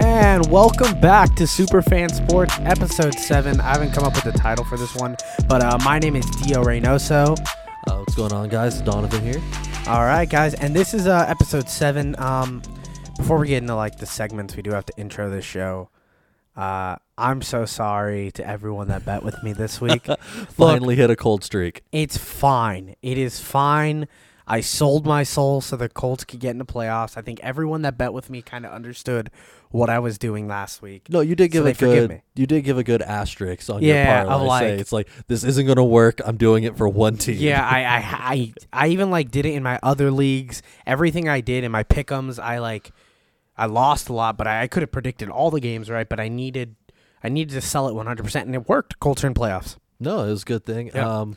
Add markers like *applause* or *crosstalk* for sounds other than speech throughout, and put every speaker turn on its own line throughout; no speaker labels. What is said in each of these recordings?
And welcome back to Superfan Sports, episode seven. I haven't come up with a title for this one, but uh, my name is Dio Reynoso.
Uh, what's going on, guys? Donovan here.
All right, guys, and this is uh, episode seven. Um, before we get into like the segments, we do have to intro this show. Uh, I'm so sorry to everyone that bet with me this week.
*laughs* Finally hit a cold streak.
It's fine. It is fine. I sold my soul so the Colts could get into playoffs. I think everyone that bet with me kind of understood what I was doing last week.
No, you did
So
give
they
a
forgive
good.
me.
You did give a good asterisk on
Yeah,
your
of
parlay. Say,
like-
it's like this isn't going to work. I'm doing it for one team.
Yeah, I, I, I, I even like did it in my other leagues. Everything I did in my pickums, I like, I lost a lot, but I, I could have predicted all the games right. But I needed, I needed to sell it 100, percent and it worked. Colts are in playoffs.
*laughs* No, it was a good thing.
Yeah.
Um,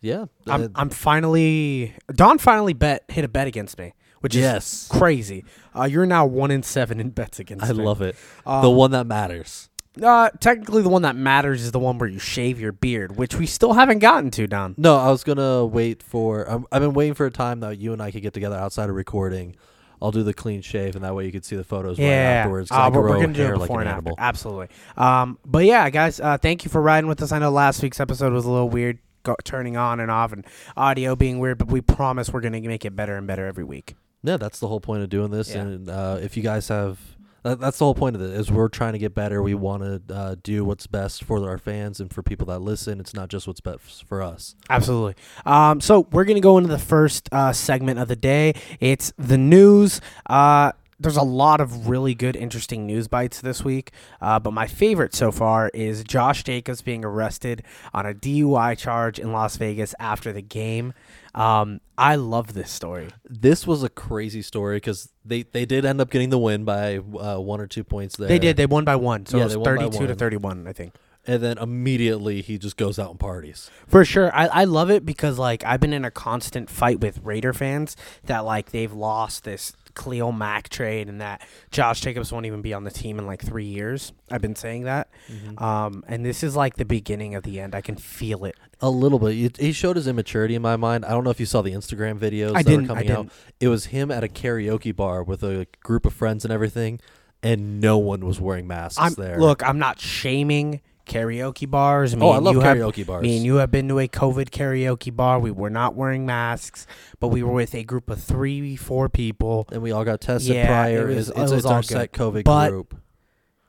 yeah. uh,
I'm,
*laughs*
I'm finally Don finally bet hit a bet against me, which is
Yes. *laughs*
crazy. Uh, you're now one in seven in bets against.
I
me.
love it. the one that matters.
Um, Uh, technically, the one that matters is the one where you shave your beard, which we still haven't gotten to, Don.
No, I was gonna wait for. Um, I've been waiting for a time that you and I could get together outside of recording. I'll do the clean shave, and that way you could see the photos right afterwards. 'cause
Uh,
I
we're, we're
grow
gonna do
hair
it
like
before
an
and
animal.
after. Absolutely. Um, but yeah, guys, uh, thank you for riding with us. I know last week's episode was a little weird, go, turning on and off, and audio being weird, but we promise we're gonna make it better and better every week.
Yeah, that's the whole point of doing this.
Yeah.
And uh, if you guys have, that, that's the whole point of it is we're trying to get better. We want to uh, do what's best for our fans and for people that listen. It's not just what's best for us.
Absolutely. Um, so we're gonna go into the first uh, segment of the day. It's the news. Uh, there's a lot of really good, interesting news bites this week, uh, but my favorite so far is Josh Jacobs being arrested on a DUI charge in Las Vegas after the game. Um, I love this story.
This was a crazy story because they, they did end up getting the win by uh, one or two points there.
They did. They won by one. So
Yeah,
it
they
was
won by
32 to
one.
31, I think.
And then immediately he just goes out and parties.
For sure. I, I love it because, like, I've been in a constant fight with Raider fans that, like, they've lost this Cleo Mack trade and that Josh Jacobs won't even be on the team in, like, three years. I've been saying that. Um, and this is, like, the beginning of the end. I can feel it.
A little bit. It- He showed his immaturity in my mind. I don't know if you saw the Instagram videos
I
that
didn't, I
were coming out.
didn't.
It was him at a karaoke bar with a group of friends and everything, and no one was wearing masks
I'm,
there.
Look, I'm not shaming karaoke bars. Me
Oh, I
and
love
you have-
karaoke bars.
Me and you have been to a COVID karaoke bar. We were not wearing masks, but we were with a group of three, four people.
and we all got tested
Yeah,
prior.
it was-
It's-
it was
it's it's
all
our
good.
set COVID
But-
group.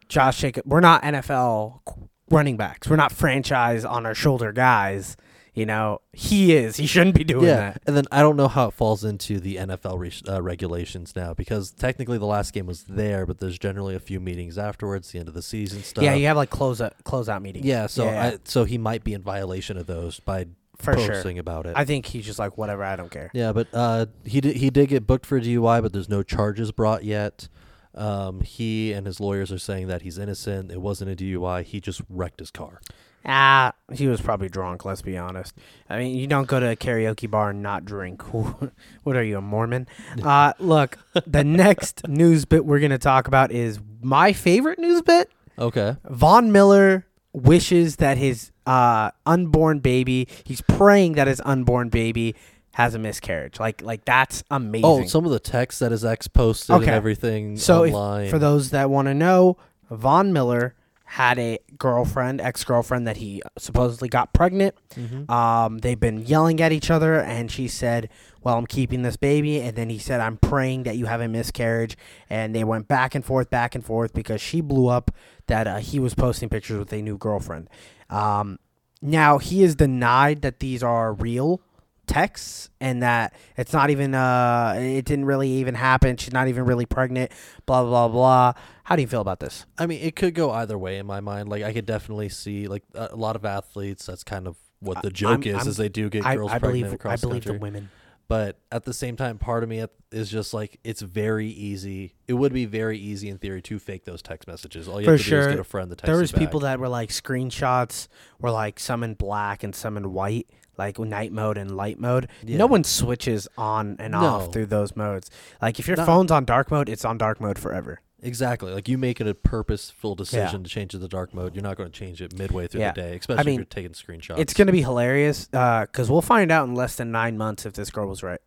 Josh Jacobs. We're not NFL qu- running backs. We're not franchise on our shoulder guys. You know, he is. He shouldn't be doing
Yeah,
that.
and then I don't know how it falls into the NFL re- uh, regulations now because technically the last game was there, but there's generally a few meetings afterwards, the end of the season stuff.
Yeah, you have like close out, close out meetings.
Yeah, so
Yeah.
I, so he might be in violation of those by
For sure.
posting about it.
I think he's just like whatever. I don't care.
yeah, but uh, he did he did get booked for DUI, but there's no charges brought yet. Um, he and his lawyers are saying that he's innocent. It wasn't a DUI. He just wrecked his car.
Ah, he was probably drunk. Let's be honest. I mean, you don't go to a karaoke bar and not drink. *laughs* what are you, a
*laughs*
Mormon? Uh, look, the next news bit we're gonna talk about is my favorite news bit.
Okay.
Von Miller wishes that his uh, unborn baby, he's praying that his unborn baby has a miscarriage. Like, like that's amazing.
Oh, some of the text that his ex posted
Okay.
and everything
so if-
online.
for those that want to know, Von Miller had a girlfriend, ex girlfriend that he supposedly got pregnant.
Mm-hmm.
Um, they've been yelling at each other, and she said, "Well, I'm keeping this baby," and then he said, "I'm praying that you have a miscarriage." And they went back and forth, back and forth because she blew up that uh, he was posting pictures with a new girlfriend. Um, now he is denied that these are real texts and that it's not even uh it didn't really even happen she's not even really pregnant blah blah blah how do you feel about this
I mean, it could go either way in my mind. Like, I could definitely see like a a lot of athletes. That's kind of what the joke
I'm-
is, is
I'm-
they do get
i,
girls
I
pregnant
believe i
across
believe
country.
the women
But at the same time, part of me at- is just like, it's very easy. It would be very easy in theory to fake those text messages. All you
For
have to do
sure.
is get a friend to text
there
you
was people
back.
that were like screenshots were like some in black and some in white like night mode and light mode
Yeah.
no one switches on and
No.
off through those modes like if your
Not-
phone's on dark mode it's on dark mode forever
exactly like you make it a purposeful decision to change it to dark mode. You're not going to change it midway through
Yeah.
the day, especially
mean,
if you're taking screenshots.
uh, it's gonna be hilarious because we'll find out in less than nine months if this girl was right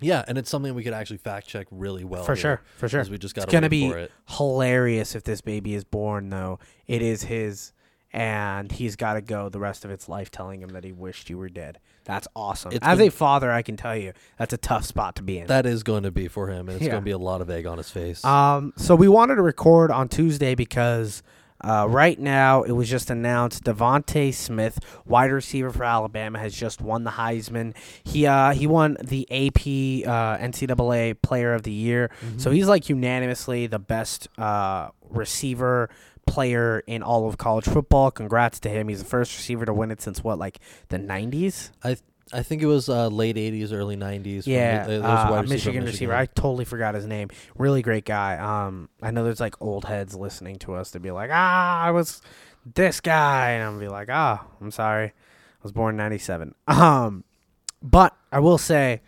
Yeah, and it's something we could actually fact check really well.
for
here,
sure, for sure.
Oh, 'cause We just got
it's gonna
to
be
for it.
hilarious if this baby is born though it is his and he's got to go the rest of its life telling him that he wished you were dead that's awesome
It's
as
gonna-
a father i can tell you that's a tough spot to be in
That is going to be for him, and it's
Yeah.
going to be a lot of egg on his face.
um so we wanted to record on tuesday because uh, right now, it was just announced Devonte Smith, wide receiver for Alabama, has just won the Heisman. He uh, he won the AP uh, NCAA Player of the Year. So he's like unanimously the best uh, receiver player in all of college football. Congrats to him. He's the first receiver to win it since what, like the '90s?
I th- I think it was uh, late '80s, early '90s. from
Yeah,
the- uh, those
uh,
wide
a
receiver,
Michigan receiver. I totally forgot his name. Really great guy. Um, I know there's like old heads listening to us to be like, ah, I was this guy, and I'm gonna be like, ah, I'm sorry, I was born in '97. *laughs* Um, but I will say.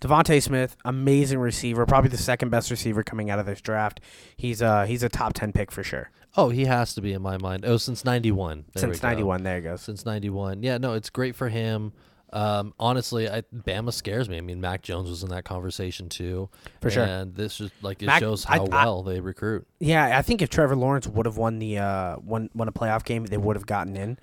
Devonte Smith, amazing receiver, probably the second best receiver coming out of this draft. He's uh he's a top ten pick for sure.
Oh, he has to be in my mind. Oh, since '91. There we
Since
go.
'91, there it goes.
Since '91. Yeah, no, it's great for him. Um, honestly, I, Bama scares me. I mean, Mac Jones was in that conversation too.
For sure.
And this is like it
Mac-
shows
I-
how
I-
well they recruit.
Yeah, I think if Trevor Lawrence would have won the uh won won a playoff game, they would have gotten in.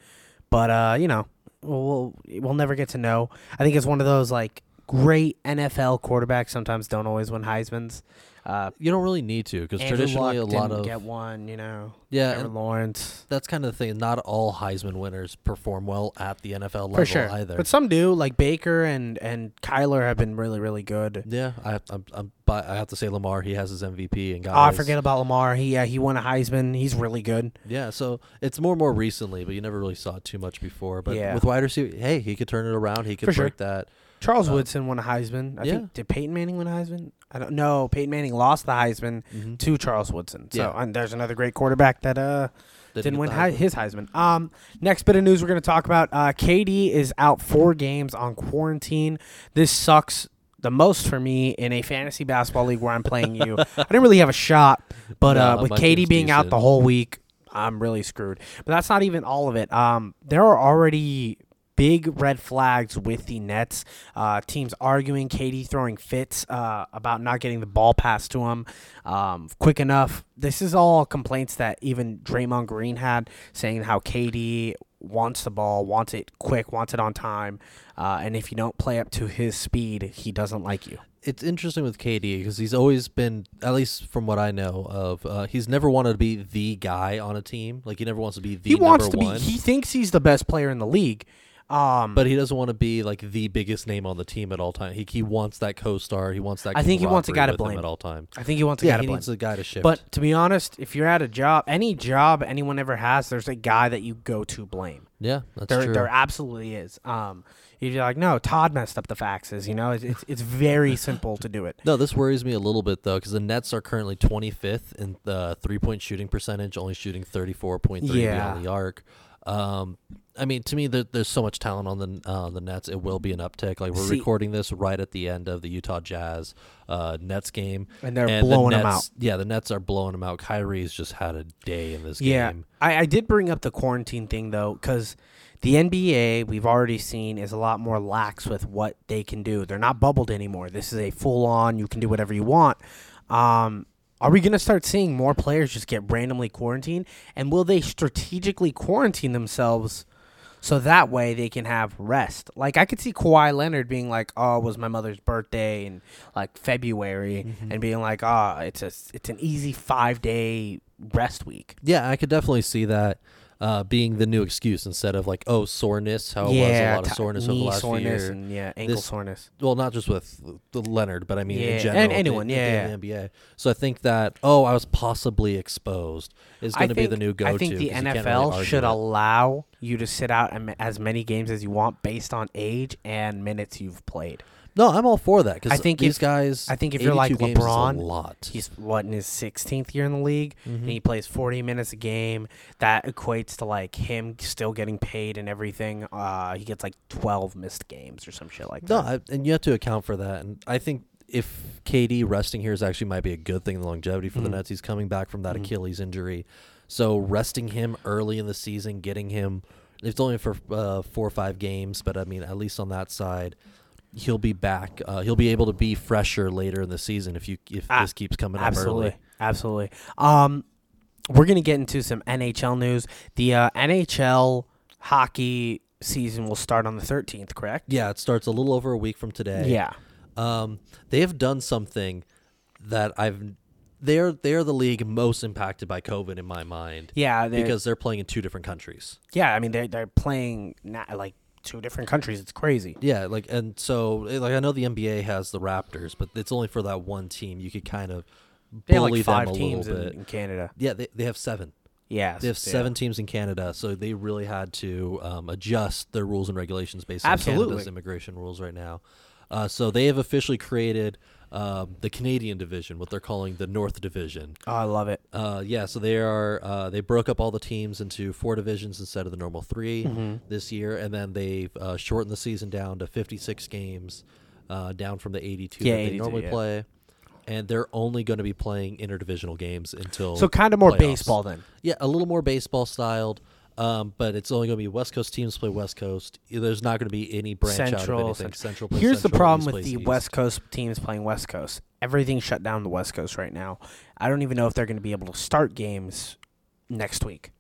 But uh, you know, we'll we'll never get to know. I think it's one of those like great NFL quarterbacks sometimes don't always win Heisman's. Uh,
You don't really need to because
Andrew
traditionally
Luck
a lot
didn't
of
get one, you know.
yeah,
Trevor
and
Lawrence
that's kind of the thing. Not all Heisman winners perform well at the NFL level
for sure,
either.
but some do. Like Baker and and Kyler have been really really good.
Yeah, I I'm, I'm, but I have to say Lamar. He has his MVP and got.
Oh, I
his-
forget about Lamar. He uh, he won a Heisman. He's really good.
Yeah, so it's more and more recently, but you never really saw it too much before. But
Yeah.
with wide receiver, hey, he could turn it around. He could
For
break
sure.
that.
Charles
Uh,
Woodson won a Heisman. I
yeah.
think did Peyton Manning win a Heisman? I don't know. Peyton Manning lost the Heisman
Mhm.
to Charles Woodson. So
Yeah.
and there's another great quarterback that uh
Didn't
didn't
get
win
the
hei-
Heisman.
his Heisman. Um, next bit of news we're going to talk about: uh, KD is out four games on quarantine. This sucks the most for me in a fantasy basketball league where I'm playing
*laughs*
you. I didn't really have a shot, but
Nah,
uh, with
my
KD
team's
being out
decent.
the whole week, I'm really screwed. But that's not even all of it. Um, there are already. Big red flags with the Nets. Uh, teams arguing, KD throwing fits uh, about not getting the ball passed to him um, quick enough. This is all complaints that even Draymond Green had, saying how KD wants the ball, wants it quick, wants it on time, uh, and if you don't play up to his speed, he doesn't like you.
It's interesting with KD because he's always been, at least from what I know of, uh, he's never wanted to be the guy on a team. Like he never wants to be the
he wants to
number
be.
one,
He thinks he's the best player in the league. Um,
but he doesn't want to be like the biggest name on the team at all time. He he wants that co-star. He wants that.
I think he wants a guy
camaraderie
to
with him
blame.
at all time.
I think he wants a guy
Yeah,
to
he
blame.
needs a guy to shift.
But to be honest, if you're at a job, any job anyone ever has, there's a guy that you go to blame.
yeah, that's
There,
true.
there absolutely is. Um, you'd be like, no, Todd messed up the faxes. You know, it's it's, it's very simple to do it.
No, this worries me a little bit though, because the Nets are currently 25th in the three-point shooting percentage, only shooting 34.3
Yeah.
beyond the arc. Um, I mean, to me, there, there's so much talent on the uh, the Nets. It will be an uptick. Like we're
See-
recording this right at the end of the Utah Jazz uh, Nets game,
And they're
the
blowing 'em
Nets-
out.
Yeah, the Nets are blowing them out. Kyrie's just had a day in this
Yeah,
game.
I, I did bring up the quarantine thing though, because the NBA we've already seen is a lot more lax with what they can do. They're not bubbled anymore. This is a full on. You can do whatever you want. Um, are we going to start seeing more players just get randomly quarantined, and will they strategically quarantine themselves? So that way they can have rest. Like I could see Kawhi Leonard being like, "Oh, it was my mother's birthday in like February," and being like, "Ah, it's a it's an easy five day rest week."
Yeah, I could definitely see that uh, being the new excuse instead of like, oh, soreness. How it was a lot of
ti-
soreness over the
knee
last few
soreness
years.
and yeah, ankle
This-
soreness.
well, not just with the Leonard, but I mean
Yeah,
in
and
general, with
anyone,
the,
yeah,
with the NBA. So I think that oh, I was possibly exposed is
I
going to be the
think-
new go-to.
I think the
'cause you can't really
NFL
argue
should
it.
allow you to sit out am- as many games as you want based on age and minutes you've played.
No, I'm all for that
I
because
think
these
if-
guys.
I think if you're like
82 games is
LeBron,
a lot.
He's what in his 16th year in the league,
Mm-hmm.
and he plays 40 minutes a game. That equates to like him still getting paid and everything. Uh, he gets like 12 missed games or some shit like
No,
that.
I, and you have to account for that. And I think if KD resting here is actually might be a good thing in the longevity
Mm.
for the Nets. He's coming back from that Achilles injury, so resting him early in the season, getting him. It's only for uh, four or five games, but I mean, at least on that side, he'll be back. Uh, he'll be able to be fresher later in the season if you if
Ah,
this keeps coming
absolutely,
up early.
absolutely. Um, we're gonna get into some NHL news. The uh, NHL hockey season will start on the thirteenth, correct?
Yeah, it starts a little over a week from today.
Yeah.
Um, they have done something that I've. They're they're the league most impacted by COVID in my mind
Yeah, they're-
because they're playing in two different countries.
yeah, I mean they're they're playing not, like two different countries. It's crazy.
Yeah, like and so eh, like I know the NBA has the Raptors, but it's only for that one team. You could kind of
They have
bully
like five
them a
teams
little
in,
bit.
in Canada.
Yeah, they, they have seven.
Yeah,
They have seven teams in Canada, so they really had to um, adjust their rules and regulations based on
Absolutely.
Canada's immigration rules right now. Uh, so they have officially created um, the Canadian division, what they're calling the North Division.
Oh, I love it.
Uh, yeah, so they are uh, they broke up all the teams into four divisions instead of the normal 3
Mm-hmm.
this year, and then they've uh, shortened the season down to 56 games, uh, down from the 82
Yeah,
that
82,
they normally
yeah.
play. And they're only going to be playing interdivisional games until
So kind of more
playoffs.
baseball then.
Yeah, a little more baseball styled, um, but it's only going to be West Coast teams play West Coast. There's not going to be any branch out of
Central,
anything.
Central.
Central. plays
Here's the
Central,
problem
East
with
plays
the
East.
West Coast teams playing West Coast. Everything's shut down the West Coast right now. I don't even know if they're going to be able to start games next week.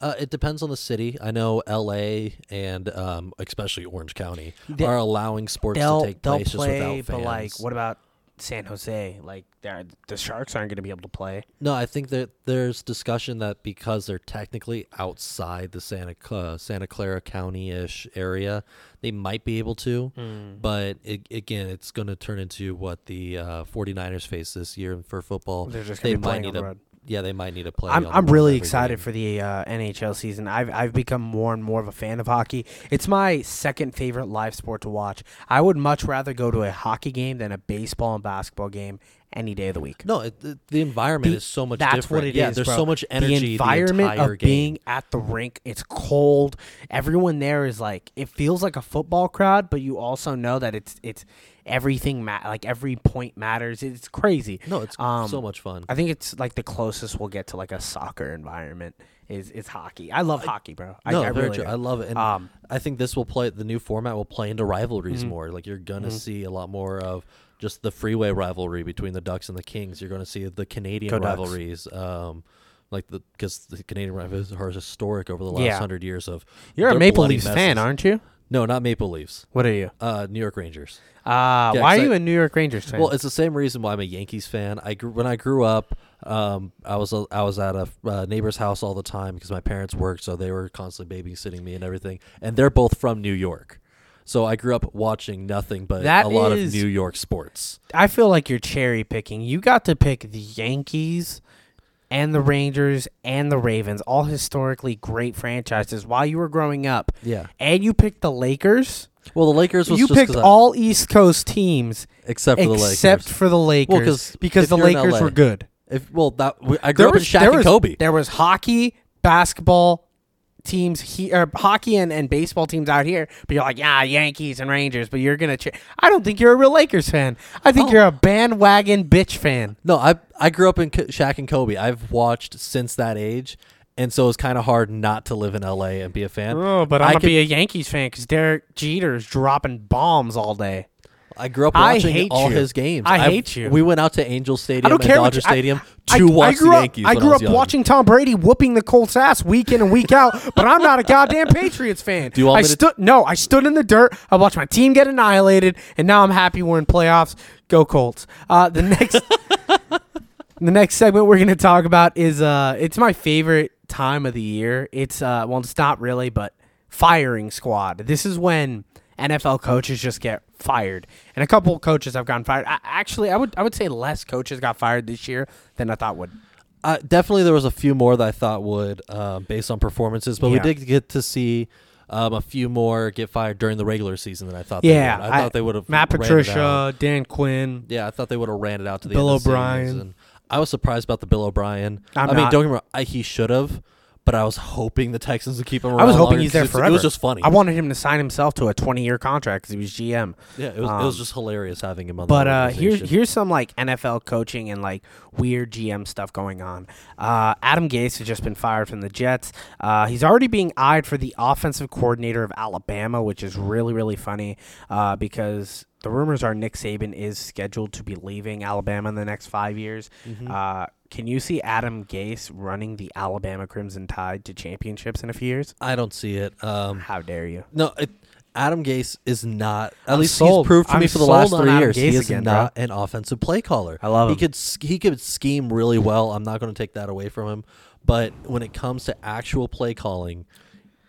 Uh, it depends on the city. I know L.A. and um, especially Orange County
They-
are allowing sports
they'll
to take
they'll
place just
play,
without fans.
but like, what about San Jose? Like, they're- the Sharks aren't going to be able to play.
No, I think that there's discussion that because they're technically outside the Santa uh, Santa Clara County ish area, they might be able to.
Mm-hmm.
But it, again, it's going to turn into what the uh, 49ers face this year for football.
They're just
they
gonna be
might
playing on
need
the
a
road.
yeah, they might need to play.
I'm
on the
I'm
road
really
every
excited
game.
for the uh, NHL season. I've I've become more and more of a fan of hockey. It's my second favorite live sport to watch. I would much rather go to a hockey game than a baseball and basketball game any day of the week.
No, it, the, the environment
The-
is so much
That's
different.
what it is.
yeah, there's
bro.
so much energy
The environment
entire
of
game.
being at the rink. It's cold. Everyone there is like it feels like a football crowd, but you also know that it's it's everything ma- like every point matters. It's crazy.
No, it's
Um,
so much fun.
I think it's like the closest we'll get to like a soccer environment is is hockey. I love hockey, bro. I,
no,
I
very
really
true.
do.
I love it, and
Um,
I think this will play the new format will play into rivalries
Mm-hmm.
more. Like you're gonna see a lot more of just the freeway rivalry between the Ducks and the Kings. You're gonna see the Canadian
Go Ducks.
rivalries, um, like the because the Canadian rivalries are historic over the last
Yeah.
hundred years of.
You're a
they're
Maple
bloody
Leafs
messes.
fan, aren't you?
No, not Maple Leafs.
What are you?
Uh, New York Rangers.
Uh,
Yeah,
why are
'cause I-
you a New York Rangers fan?
Well, it's the same reason why I'm a Yankees fan. I grew, when I grew up, um, I was a, I was at a uh, neighbor's house all the time because my parents worked, so they were constantly babysitting me and everything. And they're both from New York, so I grew up watching nothing but
That
a lot
is-
of New York sports.
I feel like you're cherry picking. You got to pick the Yankees and the Rangers and the Ravens, all historically great franchises while you were growing up.
Yeah.
And you picked the Lakers.
Well, the Lakers was
you
just
picked
'cause I-
all East Coast teams
except for
except
the Lakers.
for the Lakers
'cause
because
if
the
you're in
Lakers
LA,
were good.
If, well, that w- I grew up with Shaq
there
and
was,
Kobe.
There was hockey, basketball teams here, or hockey and, and baseball teams out here. But you're like, yeah, Yankees and Rangers. But you're gonna. Che- I don't think you're a real Lakers fan. I
Oh.
think you're a bandwagon bitch fan.
No, I I grew up in K- Shaq and Kobe. I've watched since that age, and so it's kind of hard not to live in LA and be a fan.
Oh, but I'm
I
gonna
could-
be a Yankees fan because Derek Jeter is dropping bombs all day.
I grew up
I
watching
hate
all
you.
his games.
I
I've-
hate you.
We went out to Angel Stadium
I don't care.
and
what
Dodger
you- I-
Stadium
I-
to
I
watch
grew
the
up-
Yankees.
I
when
grew
was
up
young.
watching Tom Brady whooping the Colts ass week in and week out, but I'm not a goddamn Patriots fan.
Do you want
I
me to-
stood no, I stood in the dirt. I watched my team get annihilated, and now I'm happy we're in playoffs. Go Colts. Uh, the next, *laughs* the next segment we're gonna talk about is uh, it's my favorite time of the year. It's uh, well, it's not really, but firing squad. This is when. NFL coaches just get fired, and a couple of coaches have gotten fired. I, actually, I would I would say less coaches got fired this year than I thought would.
Uh, definitely, there was a few more that I thought would, uh, based on performances, but we
Yeah.
did get to see um, a few more get fired during the regular season than I thought.
Yeah,
they would. I, thought they would have
Matt
ran it out.
Patricia, Dan Quinn.
Yeah, I thought they would have ran it out to the
Bill
end of the
O'Brien.
season. I was surprised about the Bill O'Brien.
I'm
I mean,
not.
don't get me wrong, I, he should have, but I was hoping the Texans would keep him around.
I was hoping
longer
he's there
'cause it's-
forever.
It was just funny.
I wanted him to sign himself to a 20-year contract because he was GM.
yeah, it was, it was just hilarious having him on.
Um, But
the
uh, here's
organization.
here's some like NFL coaching and like weird GM stuff going on. Uh, Adam Gase has just been fired from the Jets. Uh, he's already being eyed for the offensive coordinator of Alabama, which is really really funny uh, because the rumors are Nick Saban is scheduled to be leaving Alabama in the next five years.
Mm-hmm.
Uh, can you see Adam Gase running the Alabama Crimson Tide to championships in a few years?
I don't see it. Um,
How dare you?
no, it, Adam Gase is not. At
I'm
least
sold.
he's proved to
I'm
me for the last
sold on
three
Adam
years he
Gase
is
again, bro.
not an offensive play caller.
I love
he
him.
could s- he could scheme really well. I'm not going to take that away from him. But when it comes to actual play calling,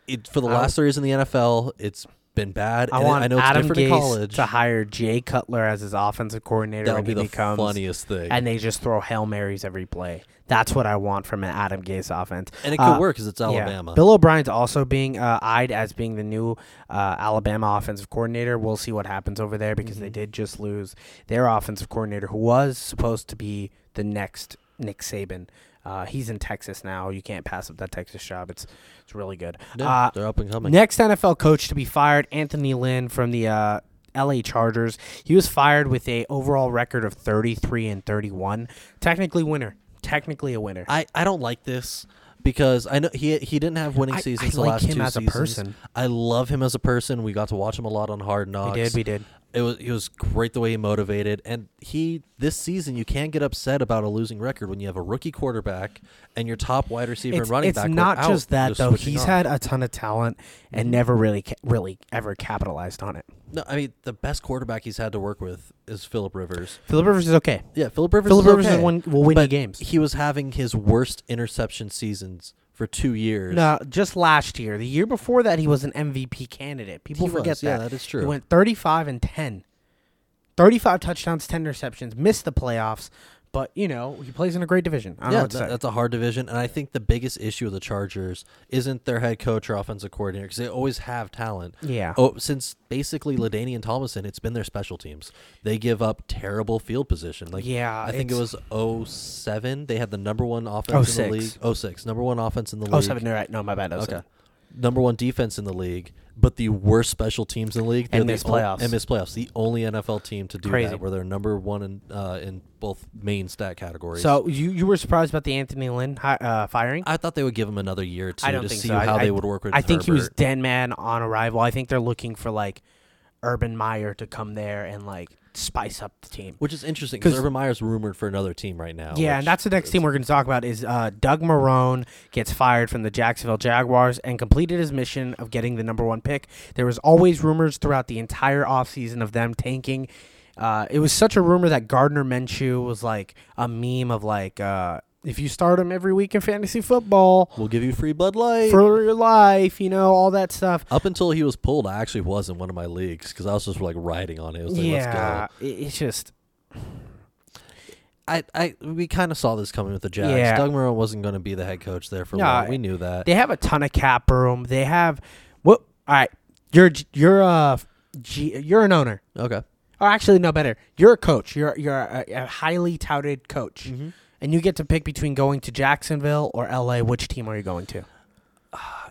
it for the
I-
last three years in the NFL, it's been bad.
I
and
want
I know it's
Adam
different
Gase
in college.
to hire Jay Cutler as his offensive coordinator
that would
when
be
he
the
becomes,
funniest thing.
and they just throw hail marys every play. That's what I want from an Adam Gase offense.
And it could
Uh,
work because it's
yeah.
Alabama.
Bill O'Brien's also being uh, eyed as being the new uh, Alabama offensive coordinator. We'll see what happens over there because
Mm-hmm.
they did just lose their offensive coordinator, who was supposed to be the next Nick Saban. Uh, he's in Texas now. You can't pass up that Texas job. It's it's really good.
Yeah,
Uh,
they're up and coming.
Next NFL coach to be fired, Anthony Lynn from the uh, LA Chargers. He was fired with a overall record of 33 and 31. Technically winner. Technically a winner.
I, I don't like this because I know he he didn't have winning
I-
seasons
I
the
like
last
him
two
as a
seasons.
person.
I love him as a person. We got to watch him a lot on Hard
we
Knocks.
did, we did.
It was he was great the way he motivated, and he this season you can't get upset about a losing record when you have a rookie quarterback and your top wide receiver
It's,
and running
it's
back. were
not
out,
just that
They're
though.
switching Mm-hmm.
He's
off.
had a ton of talent and never really, ca- really ever capitalized on it.
no. I mean, the best quarterback he's had to work with is Philip Rivers.
Philip Rivers is okay.
Yeah, Philip Rivers.
Philip
is
Rivers is
okay,
one- will win you
but
games.
He was having his worst interception seasons for two years.
No, just last year. The year before that, he was an MVP candidate. People
He
forget
was, yeah,
that.
that is true.
He went 35 and 10. 35 touchdowns, 10 interceptions. Missed the playoffs, but, you know, he plays in a great division. I don't know
yeah,
what to
that-
say.
that's a hard division, and I think the biggest issue of the Chargers isn't their head coach or offensive coordinator because they always have talent.
Yeah.
Oh, since basically Ladainian Tomlinson, it's been their special teams. They give up terrible field position. Like
Yeah,
I think it was 07. They had the number one offense in
06.
the league. 06, number one offense in the
Oh,
league.
seven, no, right. No, my bad. Oh,
Okay.
seven.
Number one defense in the league, but the worst special teams in the league. They're
And
the
miss
ol-
playoffs.
and miss playoffs. The only NFL team to do
Crazy.
that, where they're number one in uh, in both main stat categories.
So you, you were surprised about the Anthony Lynn hi- uh, firing?
I thought they would give him another year or two
I don't
to
think
see
so. I-
how
I-
they would work with.
I think he was
Herbert.
dead man on arrival. I think they're looking for, like, Urban Meyer to come there and, like, spice up the team.
which is interesting because
'Cause-
Urban Meyer's rumored for another team right now.
Yeah,
which
and that's the next team we're going to talk about is uh, Doug Marone gets fired from the Jacksonville Jaguars and completed his mission of getting the number one pick. There was always rumors throughout the entire offseason of them tanking. Uh, it was such a rumor that Gardner Minshew was like a meme of like, uh, if you start him every week in fantasy football
We'll give you free Bud Light.
for your life, you know, all that stuff.
Up until he was pulled, I actually was in one of my leagues because I was just like riding on it. It was like,
yeah,
let's go.
it- it's just
I, I, we kind of saw this coming with the Jags.
Yeah.
Doug Marone wasn't going to be the head coach there for
No,
long.
I-
We knew that.
They have a ton of cap room. They have what? All right, you're you're uh G, you're an owner.
okay.
Or actually, no, better. You're a coach. You're you're a, a highly touted coach,
Mm.
and you get to pick between going to Jacksonville or L.A. Which team are you going to?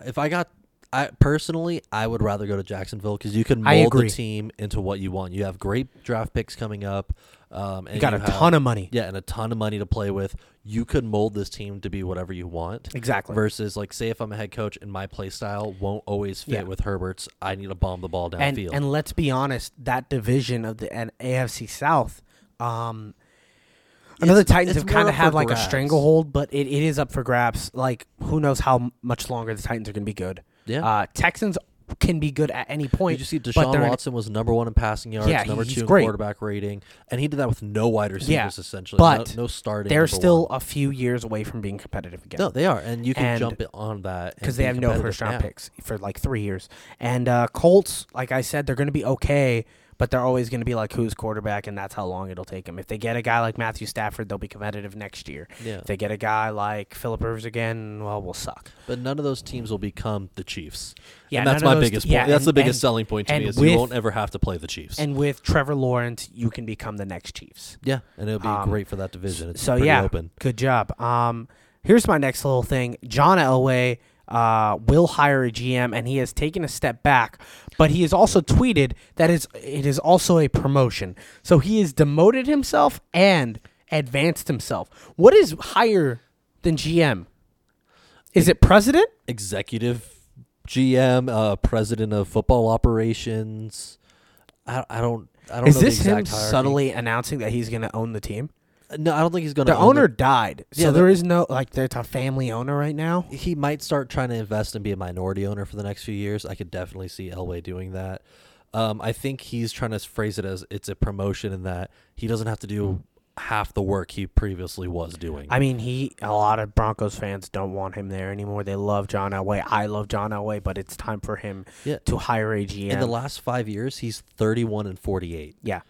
If I got. I personally, I would rather go to Jacksonville because you can
I
mold the
agree.
team into what you want. You have great draft picks coming up. Um, and
You got a
have-
ton of money.
Yeah, and a ton of money to play with. You could mold this team to be whatever you want.
Exactly.
Versus, like, say if I'm a head coach and my play style won't always fit
Yeah.
with Herbert's, I need to bomb the ball
and
downfield.
and let's be honest, that division of the and AFC South, um, I know the Titans
it's
have kind
more
of
up
had
for
like
grabs.
a stranglehold, but it, it is up for grabs. Like who knows how m- much longer the Titans are going to be good?
Yeah.
Uh, Texans can be good at any point.
Did you see
but
Deshaun
they're in-
Watson was number one in passing yards,
Yeah,
number
he's
two in
great.
quarterback rating, and he did that with no wide receivers essentially.
but
no, no starting.
They're
number
still
one.
a few years away from being competitive again.
no, they are, and you can
And-
jump it on that and
because they
be
have no
competitive
first round
now.
picks for like three years. And uh, Colts, like I said, they're going to be okay, but they're always going to be like who's quarterback, and that's how long it'll take them. If they get a guy like Matthew Stafford, they'll be competitive next year.
Yeah,
If they get a guy like Philip Rivers again, well, we'll suck.
but none of those teams will become the Chiefs.
Yeah,
and that's
none of
my
those
biggest
te- yeah,
point. that's
and-
the biggest
and-
selling point to
and
me is
with-
you won't ever have to play the Chiefs.
And with Trevor Lawrence, you can become the next Chiefs.
yeah, and it'll be
Um,
great for that division. It's
so
pretty
yeah,
open.
good job. Um, here's my next little thing. John Elway uh, will hire a GM, and he has taken a step back, but he has also tweeted that is it is also a promotion. So he has demoted himself and advanced himself. What is higher than GM? Is it president?
executive GM, uh, president of football operations. I, I don't I don't
Is
know
this
the
him
exact hierarchy.
subtly announcing that he's going to own the team?
No, I don't think he's going to
The owner died, so
Yeah, the-
there is no like. There's a family owner right now.
he might start trying to invest and be a minority owner for the next few years. I could definitely see Elway doing that. Um, I think he's trying to phrase it as it's a promotion in that he doesn't have to do half the work he previously was doing.
I mean, he. A lot of Broncos fans don't want him there anymore. They love John Elway. I love John Elway, but it's time for him
Yeah.
to hire a GM.
In the last five years, he's thirty-one and forty-eight.
yeah.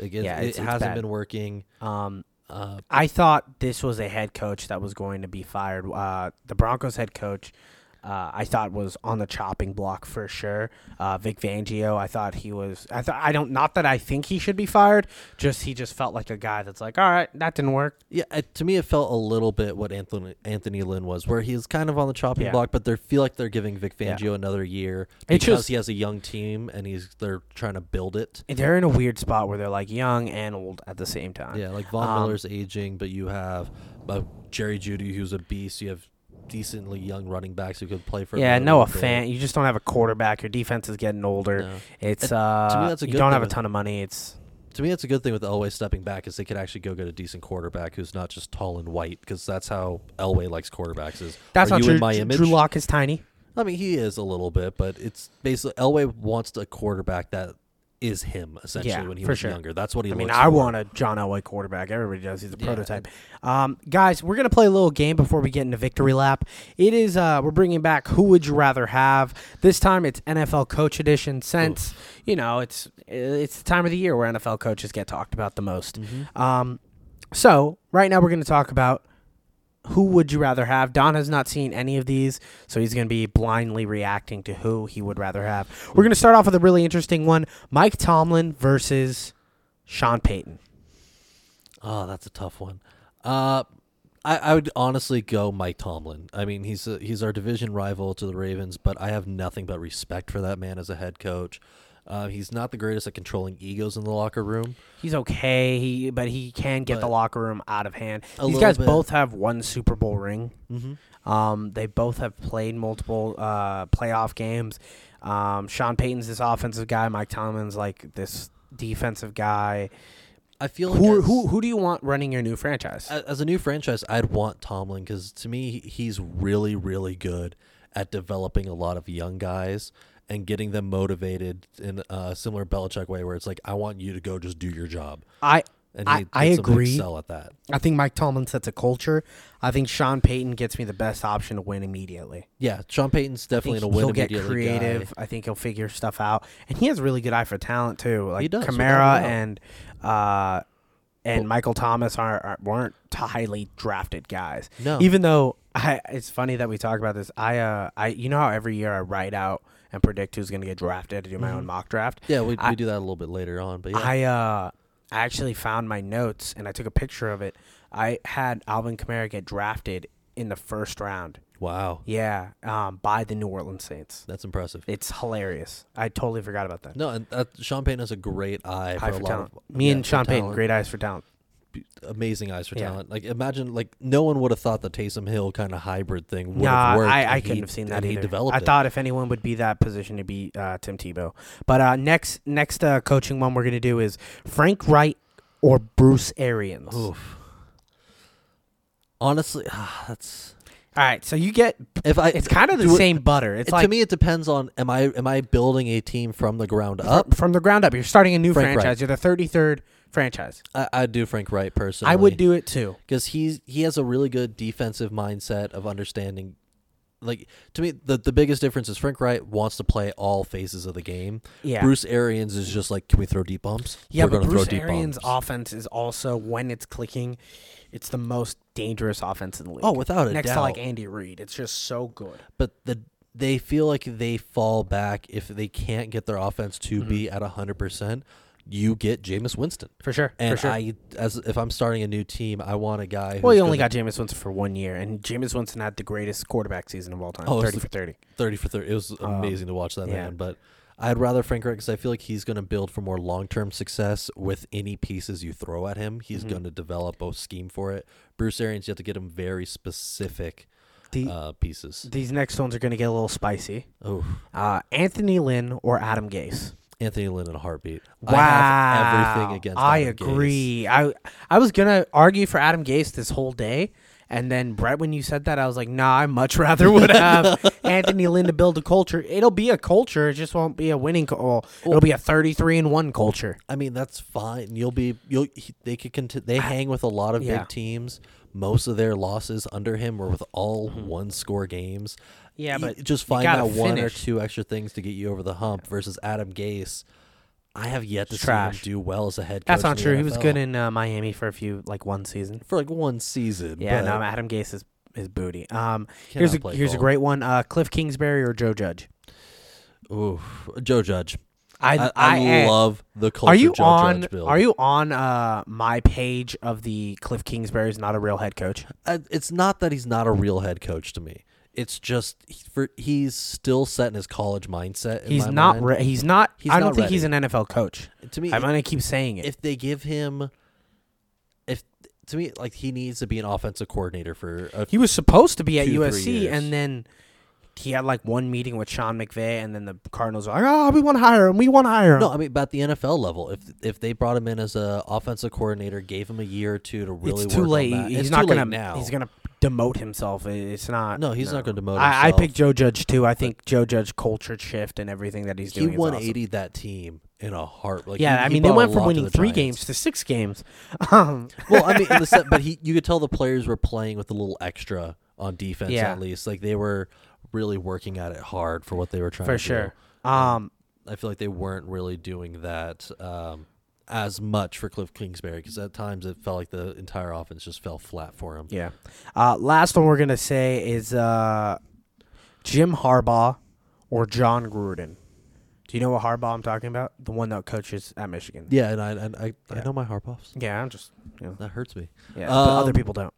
Again,
Yeah,
it
it's- it's bad.
hasn't been working.
Um,
Uh,
I thought this was a head coach that was going to be fired. Uh, the Broncos head coach, uh, I thought was on the chopping block for sure. Uh, Vic Fangio, I thought he was. I thought I don't. Not that I think he should be fired. Just he just felt like a guy that's like, all right, that didn't work.
yeah, it, to me, it felt a little bit what Anthony Anthony Lynn was, where he's kind of on the chopping
Yeah.
block, but they feel like they're giving Vic
Yeah.
Fangio another year
It's
because
just-
he has a young team and he's they're trying to build it.
They're in a weird spot where they're like young and old at the same time.
Yeah, like Von
Um,
Miller's aging, but you have uh, Jerry Judy, who's a beast. You have decently young running backs who could play for.
Yeah,
another
no
little bit.
offense. You just don't have a quarterback. Your defense is getting older.
No.
It's
Uh,
uh,
to me, that's a
you
good
don't
thing
have a
with-
ton of money. It's
To me, that's a good thing with Elway stepping back is they could actually go get a decent quarterback who's not just tall and white because that's how Elway likes quarterbacks. Is
that's
are
not
you
true.
in my
Drew-
image?
Drew Lock is tiny.
I mean, he is a little bit, but it's basically Elway wants a quarterback that is him essentially
Yeah,
when he
for
was
sure.
younger. That's what he.
I mean,
looks
I
for.
want a John Elway quarterback. Everybody does. He's a
Yeah.
prototype. Um, guys, we're gonna play a little game before we get into victory lap. It is uh, we're bringing back who would you rather have. This time it's NFL coach edition. Since you know it's it's the time of the year where NFL coaches get talked about the most.
Mm-hmm.
Um, so right now we're gonna talk about who would you rather have? Don has not seen any of these, so he's going to be blindly reacting to who he would rather have. We're going to start off with a really interesting one Mike Tomlin versus Sean Payton.
Oh, that's a tough one. Uh, I, I would honestly go Mike Tomlin. I mean, he's a, he's our division rival to the Ravens, but I have nothing but respect for that man as a head coach. Uh, he's not the greatest at controlling egos in the locker room.
He's okay, he, but he can get the
But-
locker room out of hand.
A
These
little
guys
bit.
both have one Super Bowl ring.
Mm-hmm.
Um, they both have played multiple uh, playoff games. Um, Sean Payton's this offensive guy. Mike Tomlin's like this defensive guy.
I feel like
Who,
as,
who, who do you want running your new franchise?
a- as a new franchise, I'd want Tomlin because to me, he- he's really really good at developing a lot of young guys and getting them motivated in a similar Belichick way, where it's like, I want you to go just do your job,
I
and
I, I
gets them to
agree.
Excel at that.
I think Mike Tomlin sets a culture. I think Sean Payton gets me the best option to win immediately.
Yeah, Sean
I
Payton's
think
definitely going to win
he'll get
immediately
creative.
guy.
I think he'll figure stuff out, and he has a really good eye for talent too. Like
He does,
Kamara
without a doubt.
and uh, and Michael Thomas are, are weren't t- highly drafted guys.
No.
even though I, it's funny that we talk about this. I uh, I you know how every year I write out and predict who's going to get drafted. I do my own mock draft.
Yeah, we,
I-
we do that a little bit later on, but yeah,
I uh I actually found my notes and I took a picture of it. I had Alvin Kamara get drafted in the first round.
wow,
Yeah, um, by the New Orleans Saints.
that's impressive.
It's hilarious. I totally forgot about that.
No, and uh, Sean Payton has a great eye for
Eye
a
for
lot
talent.
of
Me
yeah,
and
for
Sean Payton,
talent.
great eyes for talent.
B- amazing eyes for
Yeah.
talent. Like imagine, like no one would have thought the Taysom Hill kind of hybrid thing would
Nah,
have worked.
I, I
and
couldn't
he-
have seen
and
that
he
either.
developed
I
it.
thought if anyone would be that position to be uh, Tim Tebow. But uh, next next uh, coaching one we're gonna do is Frank Wright or Bruce Arians.
Oof. Honestly, ah, that's
All right, so you get
if I.
it's kind of the
do it-
same butter. It's
it-
like
to me, it depends on am I am I building a team from the ground up?
from the ground up. You're starting a new
Frank
franchise.
Wright.
You're the 33rd franchise.
I, I'd do Frank Wright personally.
I would do it too.
because he's he has a really good defensive mindset of understanding. Like to me, the the biggest difference is Frank Wright wants to play all phases of the game.
Yeah.
Bruce Arians is just like, can we throw deep bumps?
yeah,
We're
but
gonna
Bruce
throw deep
Arians'
bumps.
offense is also when it's clicking, it's the most dangerous offense in the league.
Oh, without a
next
doubt.
to like Andy Reid, it's just so good.
but the they feel like they fall back if they can't get their offense to
Mm-hmm.
be at hundred percent. You get Jameis Winston
For sure.
and
for sure.
I as if I'm starting a new team, I want a guy. Who's
well, you only
gonna-
got Jameis Winston for one year, and Jameis Winston had the greatest quarterback season of all time,
Oh,
30
it's the-
for 30.
thirty for thirty. It was amazing to watch that
Um, yeah.
man, but. I'd rather Frank Reich because I feel like he's going to build for more long-term success with any pieces you throw at him. He's
Mm-hmm.
going to develop a scheme for it. Bruce Arians, you have to get him very specific
The-
uh, pieces.
These next ones are going to get a little spicy.
Oh,
Uh, Anthony Lynn or Adam Gase?
Anthony Lynn in a heartbeat.
Wow.
I have everything against
I
Adam Gase.
agree. I I was gonna argue for Adam Gase this whole day, and then Brett, when you said that, I was like, nah, I much *laughs* rather would
*laughs*
have Anthony Lynn to build a culture. It'll be a culture. It just won't be a winning. Co- well, it'll be a thirty-three and one culture.
I mean, that's fine. You'll be you'll he, they could conti- they hang with a lot of
Yeah.
big teams. Most of their losses under him were with all one score games.
Yeah,
You
but
just
you
find
gotta
out one or
finish.
two extra things to get you over the hump versus Adam Gase. I have yet to
Trash.
see him do well as a head coach.
That's
in
not
the
true. He was
NFL.
good in uh, Miami for a few, like one season.
for like one season.
Yeah,
but
no, Adam Gase is is booty. Um,
cannot
here's a
play
here's a
goal.
great one. Uh, Cliff Kingsbury or Joe Judge.
Oof. Joe Judge.
I
I, I, love the culture.
Are you
Joe
on?
Judge build.
Are you on uh, my page of the Cliff Kingsbury is not a real head coach?
I- it's not that he's not a real head coach to me. It's just he- for he's still set in his college mindset. in
He's
my
not.
mind.
Re- he's not.
He's
I don't
not
think he's an NFL coach.
to me.
I'm gonna keep saying it.
if they give him, if to me, like he needs to be an offensive coordinator for. A,
he was supposed to be at
Two, three
USC,
years.
and then he had like one meeting with Sean McVay, and then the Cardinals were like, "Oh, we want to hire him. We want to hire him."
no, I mean, but at the NFL level, if if they brought him in as a offensive coordinator, gave him a year or two to really
it's too
work
late.
on that,
He's
it's
not
too late
gonna.
now.
He's gonna demote himself. I- It's not.
no, he's not going to demote.
I, I
himself.
picked Joe Judge too. I think Joe Judge culture shift and everthing that he's
he
doing. is awesome.
180 that team in a heart. Like,
yeah,
he-
I
he
mean they
brought a
went from
lot to
winning
the
three
Giants.
games to six games. *laughs* Um,
well, I mean, in the set, but he, you could tell the players were playing with a little extra on defense.
Yeah.
At least, like they were really working at it hard for what they were trying
for
to
sure. Um,
do. I feel like they weren't really doing that um, as much for Cliff Kingsbury because at times it felt like the entire offense just fell flat for him.
yeah. Uh, last one we're gonna say is uh, Jim Harbaugh or John Gruden. Do you know what Harbaugh I'm talking about? The one that coaches at Michigan.
Yeah, and I and I,
Yeah.
I know my Harpoffs.
Yeah, I'm just you know,
That hurts me.
yeah, but other
Um,
people don't.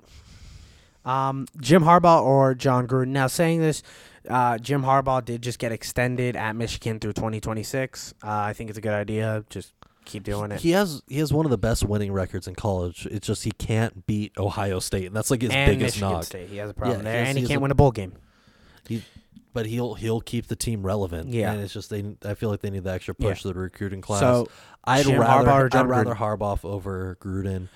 Um, Jim Harbaugh or John Gruden. Now saying this, uh, Jim Harbaugh did just get extended at Michigan through 2026. Uh, I think it's a good idea. Just keep doing it.
He has he has one of the best winning records in college. It's just he can't beat Ohio State, and that's like his
and
biggest
Michigan
knock.
State. He has a problem
Yeah,
there,
he has-
and he,
he has
can't
a-
win a bowl game.
He, but he'll he'll keep the team relevant.
Yeah.
and it's just they. I feel like they need the extra push to the recruiting class.
So,
I'd
Jim
rather
Harbaugh or John
I'd rather Harbaugh over Gruden.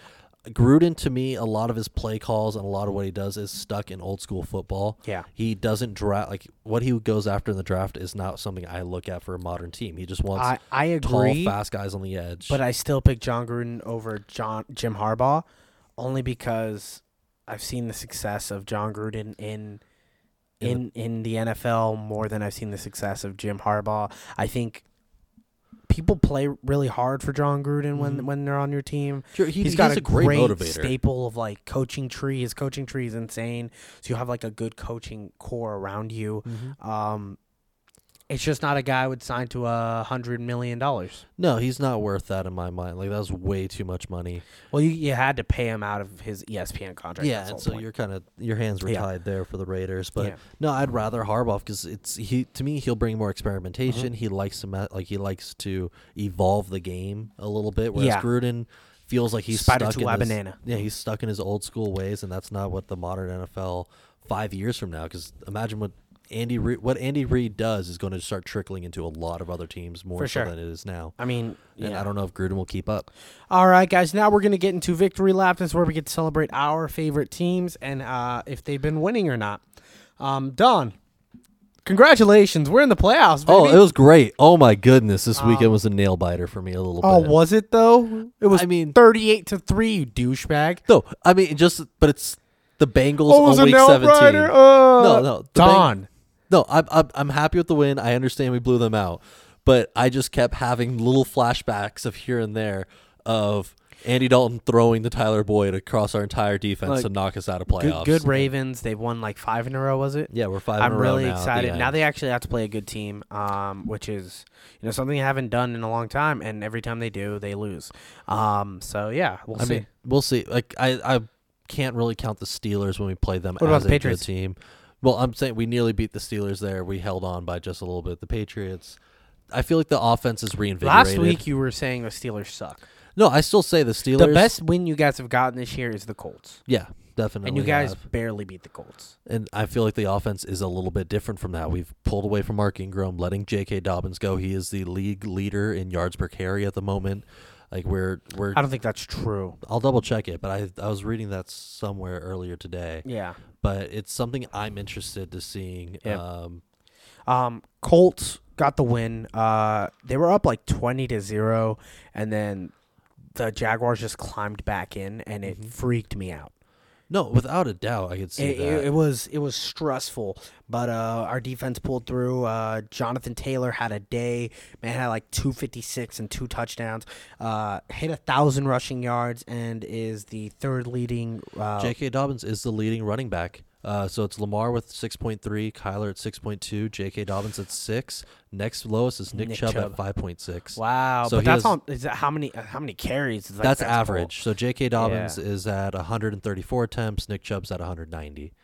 Gruden to me, a lot of his play calls and a lot of what he does is stuck in old school football.
Yeah.
he doesn't draft like what he goes after in the draft is not something I look at for a modern team. He just wants
I I
tall,
agree,
fast guys on the edge.
but I still pick John Gruden over John Jim Harbaugh, only because I've seen the success of John Gruden in. In,
In
in the NFL more than I've seen the success of Jim Harbaugh. I think people play really hard for John Gruden when
Mhm.
when they're on your team.
Sure, he,
he's got
he's
a,
a great, motivator.
staple of like coaching tree. His coaching tree is insane. So you have like a good coaching core around you.
Mhm.
Um, it's just not a guy I would sign to a hundred million dollars.
No, he's not worth that in my mind. Like that was way too much money.
Well, you, you had to pay him out of his E ESPN contract.
Yeah,
that's
and
the
so
whole point.
you're kind of your hands were
Yeah.
tied there for the Raiders, but
Yeah.
no, I'd rather Harbaugh because it's he to me he'll bring more experimentation.
Uh-huh.
He likes to ma- like he likes to evolve the game a little bit, whereas
Yeah.
Gruden feels like he's
Spider
stuck
to a
in his,
banana.
yeah he's stuck in his old school ways, and that's not what the modern NFL five years from now. Because imagine what Andy Re- what Andy Reid does is going to start trickling into a lot of other teams more
For
so
sure.
than it is now.
I mean,
And
yeah.
I don't know if Gruden will keep up.
All right, guys. Now we're gonna get into victory lap. That's where we get to celebrate our favorite teams and uh, if they've been winning or not. Um, Don, congratulations. We're in the playoffs.
Oh,
baby.
it was great. Oh my goodness, this weekend was a nail biter for me a little
Um, Oh,
bit.
was it though? It was
I mean-
thirty-eight to three, you douchebag.
No, I mean just, but it's the Bengals
Oh, it was
on
a
week
nail
seventeen.
biter.
no,
Uh,
no, the
Don.
Beng- no, I'm, I'm I'm happy with the win. I understand we blew them out, but I just kept having little flashbacks of here and there of Andy Dalton throwing the Tyler Boyd across our entire defense
Like,
to knock us out of
good,
playoffs.
good Ravens. They've won like five in a row. Was it?
Yeah, we're five. in
I'm
a row
really
now at the
excited.
end.
now they actually have to play a good team, um, which is you know something they haven't done in a long time. And every time they do, they lose. Um, so yeah, we'll
I
see.
mean, we'll see. Like I, I can't really count the Steelers when we play them
What
as
about the
a good
Patriots?
team. Well, I'm saying we nearly beat the Steelers there. We held on by just a little bit. The Patriots. I feel like the offense is
Last
reinvigorated.
week you were saying the Steelers suck.
no, I still say the Steelers.
The best win you guys have gotten this year is the Colts.
yeah, definitely.
and you guys
have.
barely beat the Colts.
And I feel like the offense is a little bit different from that. We've pulled away from Mark Ingram, letting J.K. Dobbins go. He is the league leader in yards per carry at the moment. Like we're we're
I don't think that's true.
I'll double check it, but I I was reading that somewhere earlier today.
Yeah.
But it's something I'm interested to seeing.
Yep.
Um,
Um, Colts got the win. Uh, they were up like twenty to zero, and then the Jaguars just climbed back in, and
Mm-hmm.
it freaked me out.
no, without a doubt, I could see
It,
that.
it, it was it was stressful, but uh, our defense pulled through. Uh, Jonathan Taylor had a day. Man had like two fifty six and two touchdowns. Uh, hit a thousand rushing yards and is the third leading. Uh,
J.K. Dobbins is the leading running back. Uh, so it's Lamar with 6.3, Kyler at 6.2, J.K. Dobbins at 6. Next lowest is Nick,
Nick
Chubb,
Chubb.
at 5.6.
Wow,
So
but
he
that's
has-
on. Is that how many? uh, How many carries? It's like,
That's,
cool.
average. So J.K. Dobbins is at 134 attempts, Nick Chubb's at 190.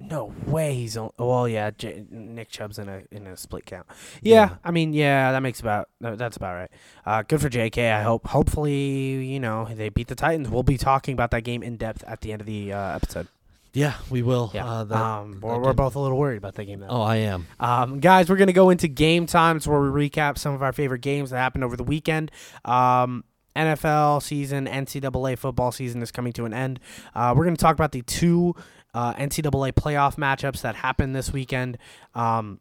No way. He's on. Well, yeah. J- Nick Chubb's in a in a split count. Yeah,
Yeah.
I mean, yeah, that makes about tha- that's about right. Uh, good for J.K. I hope. Hopefully, you know, they beat the Titans. We'll be talking about that game in depth at the end of the uh, episode.
Yeah, we will.
Yeah.
Uh, that-
um, we're,
that
we're
game-
both a little worried about that game. Though.
Oh, I am.
Um, guys, we're going to go into game times where we recap some of our favorite games that happened over the weekend. Um, NFL season, NCAA football season is coming to an end. Uh, we're going to talk about the two uh, NCAA playoff matchups that happened this weekend. Um,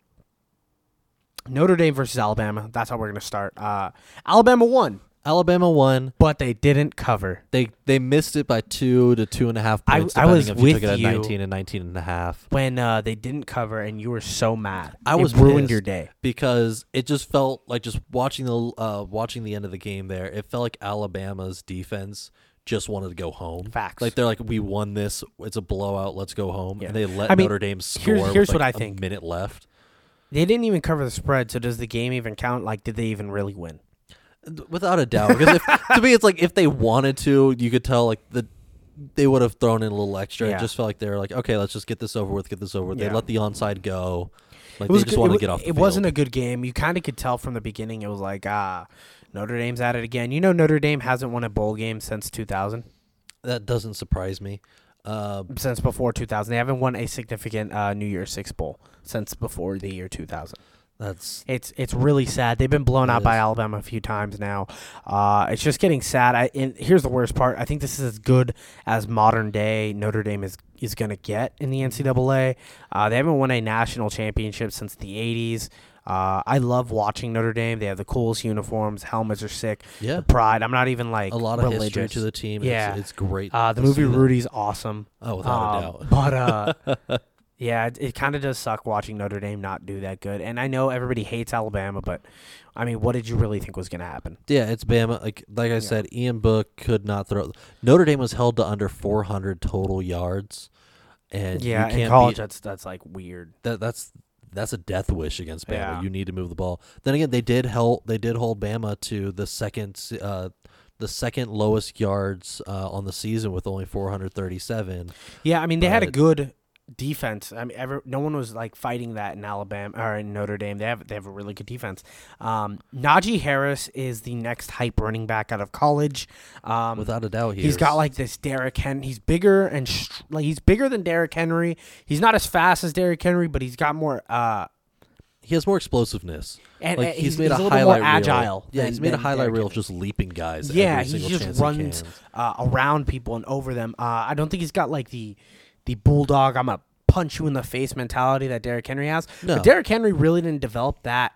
Notre Dame versus Alabama. That's how we're going to start. Uh, Alabama won,
Alabama won.
but they didn't cover.
They they missed it by two to two and a half
I-
points.
I
depending
was
if
with
you took it at
you.
19 and 19 and a half.
When uh, they didn't cover, and you were so mad,
I
It
was
ruined
pissed.
your day.
because it just felt like just watching the uh, watching the end of the game there. It felt like Alabama's defense just wanted to go home.
Facts.
Like they're like, we won this. It's a blowout. Let's go home.
Yeah.
And they let
I mean,
Notre Dame score.
here's-
with,
here's what
like,
I
a
think.
minute left.
They didn't even cover the spread, so does the game even count? Like, did they even really win?
Without a doubt, because if, *laughs* to me, it's like if they wanted to, you could tell like the they would have thrown in a little extra.
Yeah.
It just felt like they were like, okay, let's just get this over with, get this over with.
Yeah.
They let the onside go. Like
It was
they just
good-
want
it
to
wa-
get off. The
it wasn't a good game. You kind of could tell from the beginning. It was like, ah, Notre Dame's at it again. You know, Notre Dame hasn't won a bowl game since 2000,
that doesn't surprise me. Uh,
since before 2000. They haven't won a significant uh, New Year's Six bowl since before the year 2000.
that's
It's it's really sad. They've been blown
It
out by
is.
Alabama a few times now. Uh, it's just getting sad. I and here's the worst part. I think this is as good as modern day Notre Dame is is going to get in the NCAA. Uh, they haven't won a national championship since the '80s. Uh, I love watching Notre Dame. They have the coolest uniforms. Helmets are sick.
yeah.
The pride. I'm not even like
a lot of
religious.
history to the team.
Yeah.
it's, it's great.
Uh, the
to
movie
see that.
Rudy's awesome.
Oh, without
Um,
a doubt.
*laughs* But uh, yeah, it, it kind of does suck watching Notre Dame not do that good. And I know everybody hates Alabama, but I mean, what did you really think was going to happen?
Yeah, it's Bama. Like like I said, Ian Book could not throw. Notre Dame was held to under 400 total yards, and you
yeah,
can't
in college,
beat-
that's that's like weird.
that, that's that's a death wish against Bama.
Yeah.
You need to move the ball. Then again, they did hold they did hold Bama to the second uh, the second lowest yards uh, on the season with only 437.
Yeah, I mean, they had a
But-
good defense. I mean, ever no one was like fighting that in Alabama or in Notre Dame. They have they have a really good defense. Um, Najee Harris is the next hype running back out of college. Um,
Without a doubt, he
He's
is.
got like this Derrick Henry. He's bigger and str- like he's bigger than Derrick Henry. He's not as fast as Derrick Henry, but he's got more. Uh,
he has more explosiveness.
and,
Like
and
uh, he's, made a,
little bit
highlight
more agile.
Reel. Yeah,
than-
he's made a
than
highlight
Derrick
reel of
Henry.
just leaping guys.
Yeah,
every
he
single
just
chance
runs
He can.
uh, around people and over them. Uh, I don't think he's got like the the bulldog. I'm gonna punch you in the face mentality that Derrick Henry has.
No.
But Derrick Henry really didn't develop that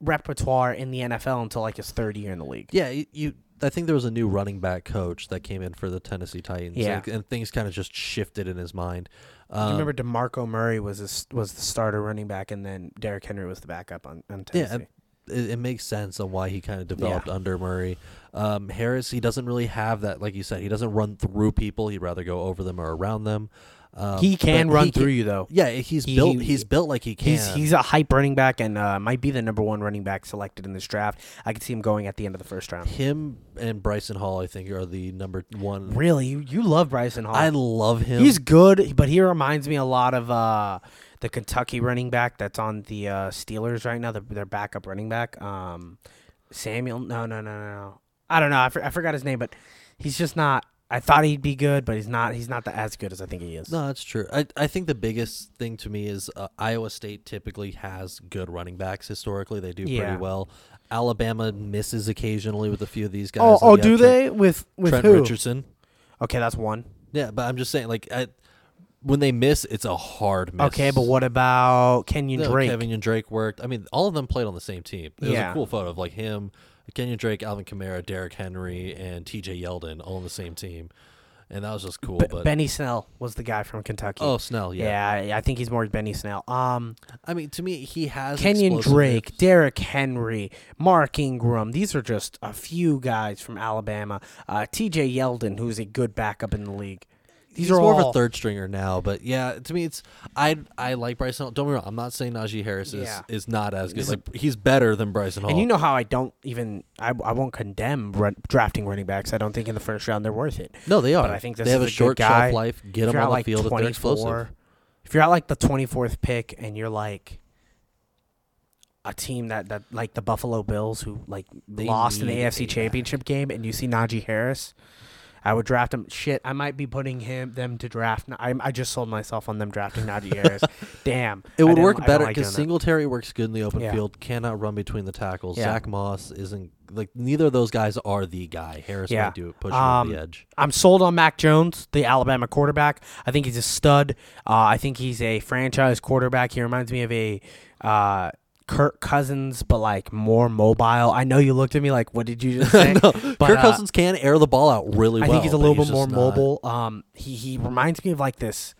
repertoire in the NFL until like his third year in the league.
Yeah, you, you. I think there was a new running back coach that came in for the Tennessee Titans.
Yeah.
and, and things kind of just shifted in his mind.
Do
Um,
you remember Demarco Murray was a, was the starter running back, and then Derrick Henry was the backup on, on Tennessee.
yeah, and it, it makes sense on why he kind of developed under Murray. Um, Harris, he doesn't really have that. Like you said, he doesn't run through people. He'd rather go over them or around them. Um,
he can
but
run
he
through you though.
Yeah, he's
He-
built. He's built like he can.
He's he's a hype running back and uh, might be the number one running back selected in this draft. I could see him going at the end of the first round.
him and Bryson Hall, I think, are the number one.
Really, you, you love Bryson Hall.
I love him.
He's good, but he reminds me a lot of uh, the Kentucky running back that's on the uh, Steelers right now. The, their backup running back, um, Samuel. No, no, no, no, no. I don't know. I, for, I forgot his name, but he's just not. I thought he'd be good, but he's not. He's not the, as good as I think he is.
No, that's true. I, I think the biggest thing to me is uh, Iowa State typically has good running backs historically. They do
Yeah.
pretty well. Alabama misses occasionally with a few of these guys.
Oh,
Like,
oh,
yeah,
do
Trent-
they with with
Trent
who?
Richardson.
Okay, that's one.
Yeah, but I'm just saying, like, I, when they miss, it's a hard miss.
Okay, but what about Kenyon
No,
Drake?
Kevin and Drake worked. I mean, all of them played on the same team. It was
Yeah.
a cool photo of like him, Kenyon Drake, Alvin Kamara, Derrick Henry, and T.J. Yeldon all on the same team, and that was just cool.
B-
but
Benny Snell was the guy from Kentucky.
oh, Snell, yeah.
yeah. I I think he's more Benny Snell. Um,
I mean, to me, he has
Kenyon
explosive
Drake,
hips.
Derek Henry, Mark Ingram. These are just a few guys from Alabama. Uh, T.J. Yeldon, who's a good backup in the league. These
He's
are
more
all
of a third stringer now, but yeah, to me, it's I I like Bryson. Hall. Don't be wrong. I'm not saying Najee Harris is,
Yeah.
is not as good. Like he's better than Bryson Hall.
And you know how I don't even I, I won't condemn run, drafting running backs. I don't think in the first round they're worth it.
no, they are.
I think this
they have
is
a
a good
short
guy.
shelf life. Get
If
them
you're at
on the
like
field if they're
24,
explosive.
if you're at like the 24th pick and you're like a team that, that like the Buffalo Bills who like
They
lost in the
need
AFC
a back.
Championship game and you see Najee Harris, I would draft him. Shit, I might be putting him them to draft. I, I just sold myself on them drafting Najee
*laughs*
Harris. Damn,
It
I
would
didn't- I
work
don't
better
like
because
doing that.
Singletary works good in the open
Yeah.
field, cannot run between the tackles.
Yeah.
Zach Moss isn't like neither of those guys are the guy. Harris
Yeah.
might do it, push him
Um,
over the edge.
I'm sold on Mac Jones, the Alabama quarterback. I think he's a stud. Uh, I think he's a franchise quarterback. He reminds me of a uh, Kirk Cousins, but like more mobile. I know you looked at me like, "What did
*laughs*
you just say?"
no,
but,
Kirk
uh,
Cousins can air the ball out really
I
well.
think he's a
but
little bit more
just not-
mobile. Um, he he reminds me of like this.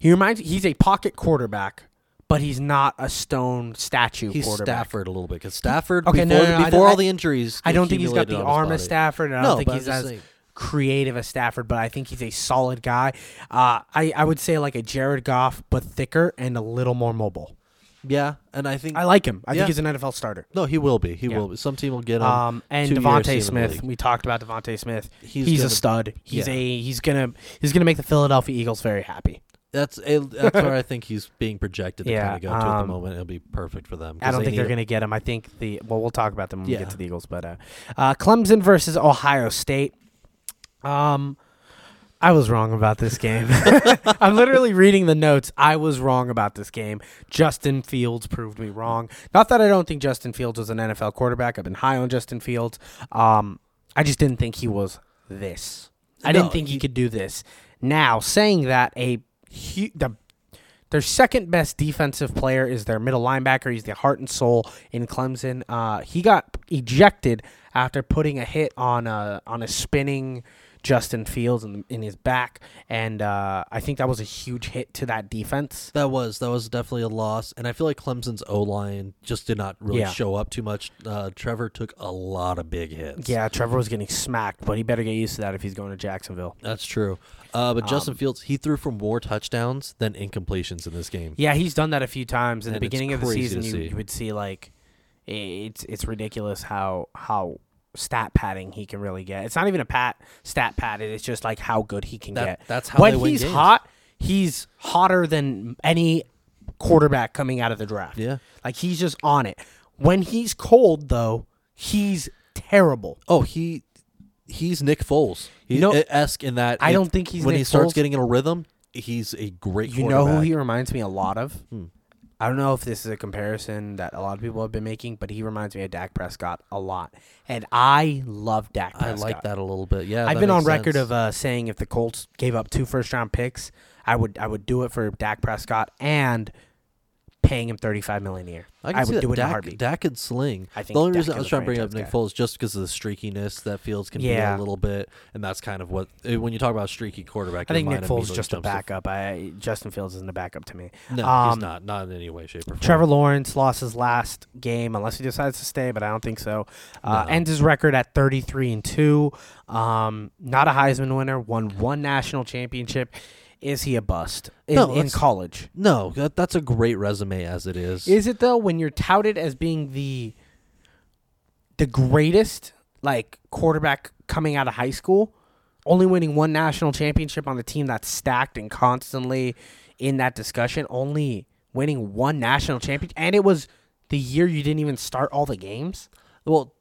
He reminds he's a pocket quarterback, but he's not a stone statue
He's
quarterback.
Stafford a little bit because Stafford
Okay,
before,
no, no, no, I
before
don't-
all the injuries.
I don't think he's got
accumulated
the
on his
arm of
body.
Stafford, and I
No,
don't think
but I'm
he's
just
as
saying-
creative as Stafford, but I think he's a solid guy. Uh, I, I would say like a Jared Goff, but thicker and a little more mobile.
Yeah, and I think
I like him. I think
Yeah.
he's an NFL starter.
no, he will be. He
Yeah.
will. be. Some team will get him.
Um, and
two years, see him in
Devonte
the
Smith,
league.
we talked about Devonte Smith. He's,
He's
a
gonna-
stud. He's
yeah.
a he's gonna he's gonna make the Philadelphia Eagles very happy.
that's a, that's where *laughs* I think he's being projected to
Yeah,
kind of go to at the
um,
moment. It'll be perfect for them. um, 'cause
I don't
they
think
need
they're
a-
going to get him. I think the well, we'll talk about them when we
Yeah.
get to the Eagles. But uh, uh, Clemson versus Ohio State. Um, I was wrong about this game. *laughs* I'm literally reading the notes. I was wrong about this game. Justin Fields proved me wrong. Not that I don't think Justin Fields was an NFL quarterback. I've been high on Justin Fields. Um, I just didn't think he was this. I
No,
didn't think he, could do this. Now, saying that a hu- the their second best defensive player is their middle linebacker. He's the heart and soul in Clemson. Uh, he got ejected after putting a hit on a on a spinning Justin Fields in, in his back, and uh, I think that was a huge hit to that defense.
That was that was definitely a loss, and I feel like Clemson's O line just did not really
Yeah.
show up too much. Uh, Trevor took a lot of big hits.
Yeah, Trevor was getting smacked, but he better get used to that if he's going to Jacksonville.
that's true. Uh, but Justin Fields he threw for more touchdowns than incompletions in this game.
Yeah, he's done that a few times in the
And it's
beginning of the
crazy
season.
to
You,
see.
you would see like i- it's it's ridiculous how how stat padding he can really get. It's not even a pat stat pad. It's just like how good he can get.
That- that's how
when
they win
he's
games.
hot. He's hotter than any quarterback coming out of the draft.
Yeah.
like he's just on it. When he's cold though, he's terrible.
Oh, he he's Nick Foles. He's
You know-
esque in that.
I
it-
don't think he's
when
Nick
he starts
Foles.
getting in a rhythm. He's a great.
You know who
quarterback. Hmm.
he reminds me a lot of? I don't know if this is a comparison that a lot of people have been making, but he reminds me of Dak Prescott a lot. And I love Dak
I
Prescott.
like that a little bit. Yeah,
I've
that
been on
makes
record
sense.
of uh, saying if the Colts gave up two first round picks, I would I would do it for Dak Prescott and paying him thirty five million a year.
I,
I,
can see
would
that
do it
Dak,
in a heartbeat.
Dak could sling.
I think
the only
Dak
reason
is
I was
a
trying to bring up
franchise
Nick
guy.
Foles just because of the streakiness that Fields can be
Yeah.
a little bit, and that's kind of what eh, when you talk about streaky quarterback.
I
your
think Nick
mind
Foles is
immediately
just a
jumps to-
backup. I Justin Fields isn't a backup to me.
No,
Um,
he's not. Not in any way, shape, or form.
Trevor Lawrence lost his last game unless he decides to stay, but I don't think so. Uh,
No.
Ends his record at 33 and 2. Um, not a Heisman winner, won one national championship. Is he a bust in,
No,
in
that's-
college?
No, that, that's a great resume as it is.
Is it though when you're touted as being the the greatest like quarterback coming out of high school, only winning one national championship on the team that's stacked and constantly in that discussion, only winning one national championship and it was the year you didn't even start all the games?
well,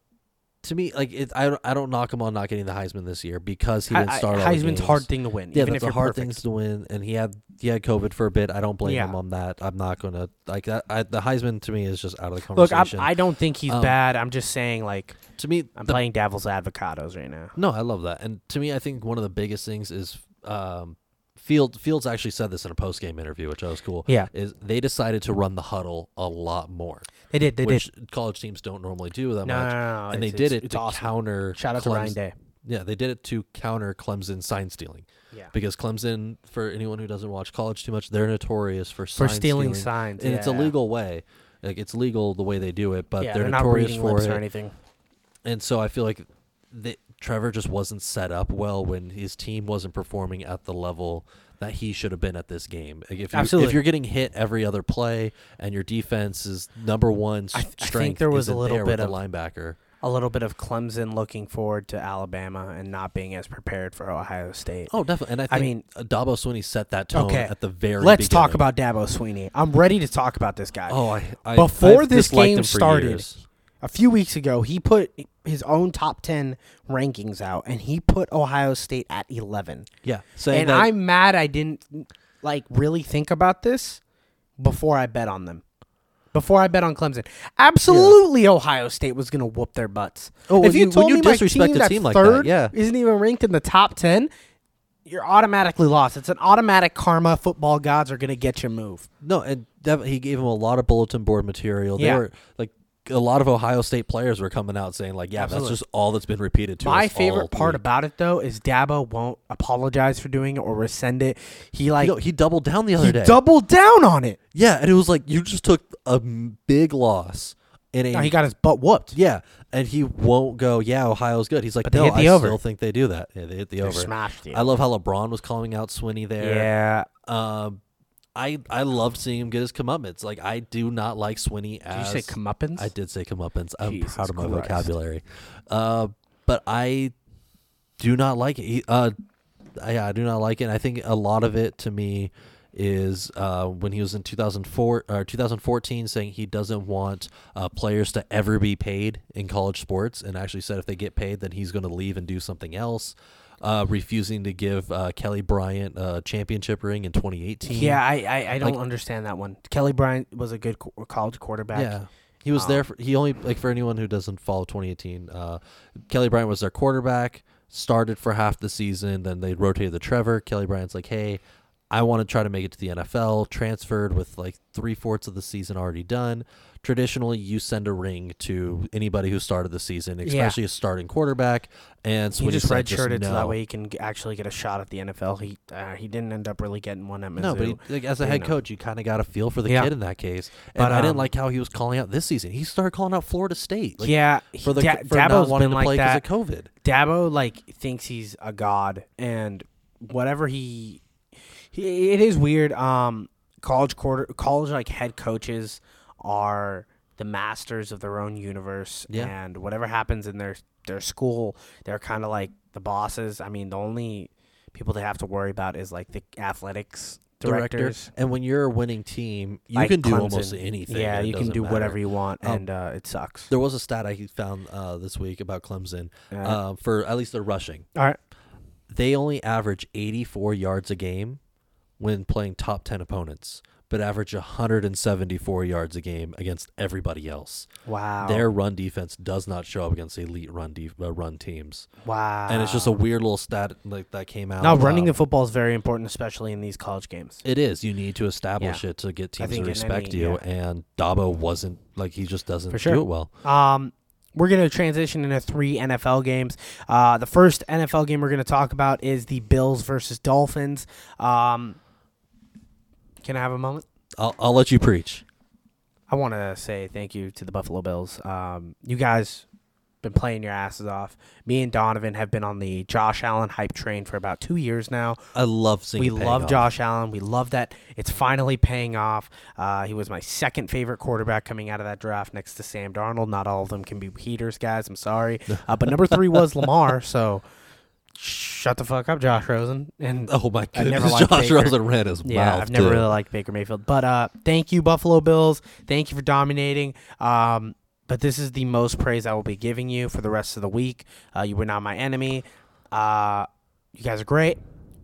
to me, like it, I, don't- I don't knock him on not getting the Heisman this year because he
I-
didn't
I-
start. all the
Heisman's
games.
hard thing to win,
Yeah,
even
that's
if
a
you're
hard
perfect.
things to win, and he had he had COVID for a bit. I don't blame
Yeah.
him on that. I'm not gonna like that. I, the Heisman to me is just out of the
Look, I,
conversation.
I don't think he's
Um,
bad. I'm just saying, like,
to me,
I'm
the
playing devil's avocados right now.
No, I love that. And to me, I think one of the biggest things is um, Field Fields actually said this in a post game interview, which I was cool.
Yeah.
is they decided to run the huddle a lot more,
They did. They
which college teams don't normally do that
did. No, no,
much.
no, no,
and they
it's-
did
it's-
it
It's
to
awesome.
counter.
Shout out to Ryan
Clems-
Day.
Yeah, they did it to counter Clemson sign stealing
Yeah.
because Clemson, for anyone who doesn't watch college too much, they're notorious for
For
sign
stealing signs.
and it's a
yeah.
legal way. Like it's legal the way they do it, but
yeah,
they're,
they're not
notorious
reading
for
lips
it
or anything.
and so I feel like that Trevor just wasn't set up well when his team wasn't performing at the level that he should have been at this game. Like, if, you,
Absolutely.
if you're getting hit every other play and your defense is number one s-
I th- I think
strength,
there was a
isn't
little
there
bit
with
of-
the linebacker.
A little bit of Clemson looking forward to Alabama and not being as prepared for Ohio State.
Oh, definitely. And I,
I
think
mean-
uh, Dabo Swinney set that tone
Okay.
at the very.
Let's talk
beginning.
about Dabo Sweeney. I'm ready to talk about this guy.
Oh, I, I
Before
I've
this
disliked
game
him for
started,
years.
a few weeks ago, he put his own top 10 rankings out and he put Ohio State at 11.
yeah, saying
and
that,
I'm mad I didn't like really think about this before I bet on them. Before I bet on Clemson. Absolutely Ohio State was going to whoop their butts.
Oh,
if
when
you,
you-
told
when
me
you
my
disrespect
team
a
that's
team like that,
third
yeah.
isn't even ranked in the top 10, you're automatically lost. It's an automatic karma. Football gods are going to get you move.
No, and def- he gave him a lot of bulletin board material. They
Yeah.
were like a lot of Ohio State players were coming out saying like, "Yeah,
Absolutely.
that's just all that's been repeated to us."
My
all
favorite part
week."
about it though is Dabo won't apologize for doing it or rescind it. He like
You know, he doubled down the other
he
day.
doubled down on it.
yeah, and it was like you just took a m- big loss in a
Now he got his butt whooped.
yeah, and he won't go. Yeah, Ohio's good. He's like,
they
no,
hit the
I
over."
still think they do that. Yeah, they hit the over.
smashed it.
I love how LeBron was calling out Swinney there.
Yeah.
Um, I I loved seeing him get his comeuppance. Like I do not like Swinney
Did you
as
say comeuppance?
I did say comeuppance. I'm
Jesus
proud of my
Christ.
vocabulary, uh, but I do not like it. He- Uh, I, I do not like it. And I think a lot of it to me is uh, when he was in 2004 or 2014 saying he doesn't want uh, players to ever be paid in college sports, and actually said if they get paid, then he's going to leave and do something else. Uh, refusing to give uh, Kelly Bryant a championship ring in 2018.
Yeah, I I, I don't
Like-
understand that one. Kelly Bryant was a good co- college quarterback.
Yeah. He was
um,
there for he only like for anyone who doesn't follow 2018. Uh, Kelly Bryant was their quarterback, started for half the season, then they rotated to Trevor. Kelly Bryant's like, "Hey, I want to try to make it to the NFL." Transferred with like three fourths of the season already done. Traditionally, you send a ring to anybody who started the season, especially a starting quarterback. And
He
Swinney
just
said just
redshirted so
no.
that way he can g- actually get a shot at the NFL. He uh, he didn't end up really getting one at Mizzou.
No, but he, like, as a
you
head
know.
coach, you kind of got a feel for the
Yeah.
kid in that case. And
But,
I
um,
didn't like how he was calling out this season. He started calling out Florida State. Like,
yeah,
for the
Da-
for not
Dabo's
wanting
been
to
like
play because
that.
of COVID.
Dabo like thinks he's a god, and whatever he, he it is weird. Um, college quarter, college like head coaches are the masters of their own universe,
Yeah.
and whatever happens in their their school, they're kind of like the bosses. I mean, the only people they have to worry about is like the athletics
Director.
directors.
And when you're a winning team, you
like
can do
Clemson.
almost anything.
Yeah,
It
you can
doesn't
do
matter.
whatever you want,
Um,
and uh, it sucks.
There was a stat I found uh, this week about Clemson
Yeah.
uh, for at least their rushing.
All right.
They only average 84 yards a game when playing top 10 opponents, but average 174 yards a game against everybody else.
Wow.
Their run defense does not show up against elite run def uh, run teams,
wow.
and it's just a weird little stat like that came out.
Now, running
um,
the football is very important, especially in these college games.
It is. You need to establish it to get teams to
think in
respect
any-
you.
yeah.
And Dabo wasn't like he just doesn't
For sure.
do it well.
Um, we're going to transition into three NFL games. Uh, the first NFL game we're going to talk about is the Bills versus Dolphins. Um, can I have a moment?
I'll, I'll let you preach.
I want to say thank you to the Buffalo Bills. Um, you guys been playing your asses off. Me and Donovan have been on the Josh Allen hype train for about two years now.
I love seeing.
We
it paying
love
off.
Josh Allen. We love that it's finally paying off. Uh, he was my second favorite quarterback coming out of that draft, next to Sam Darnold. Not all of them can be heaters, guys. I'm sorry, uh, but number three was Lamar. So shut the fuck up, Josh Rosen. And
*laughs* Oh my
I never
goodness!
liked
Josh
Baker.
Rosen ran his
yeah,
mouth.
I've never
too.
really liked Baker Mayfield. But uh, thank you, Buffalo Bills. Thank you for dominating. Um, but this is the most praise I will be giving you for the rest of the week. Uh, you were not my enemy. Uh, you guys are great,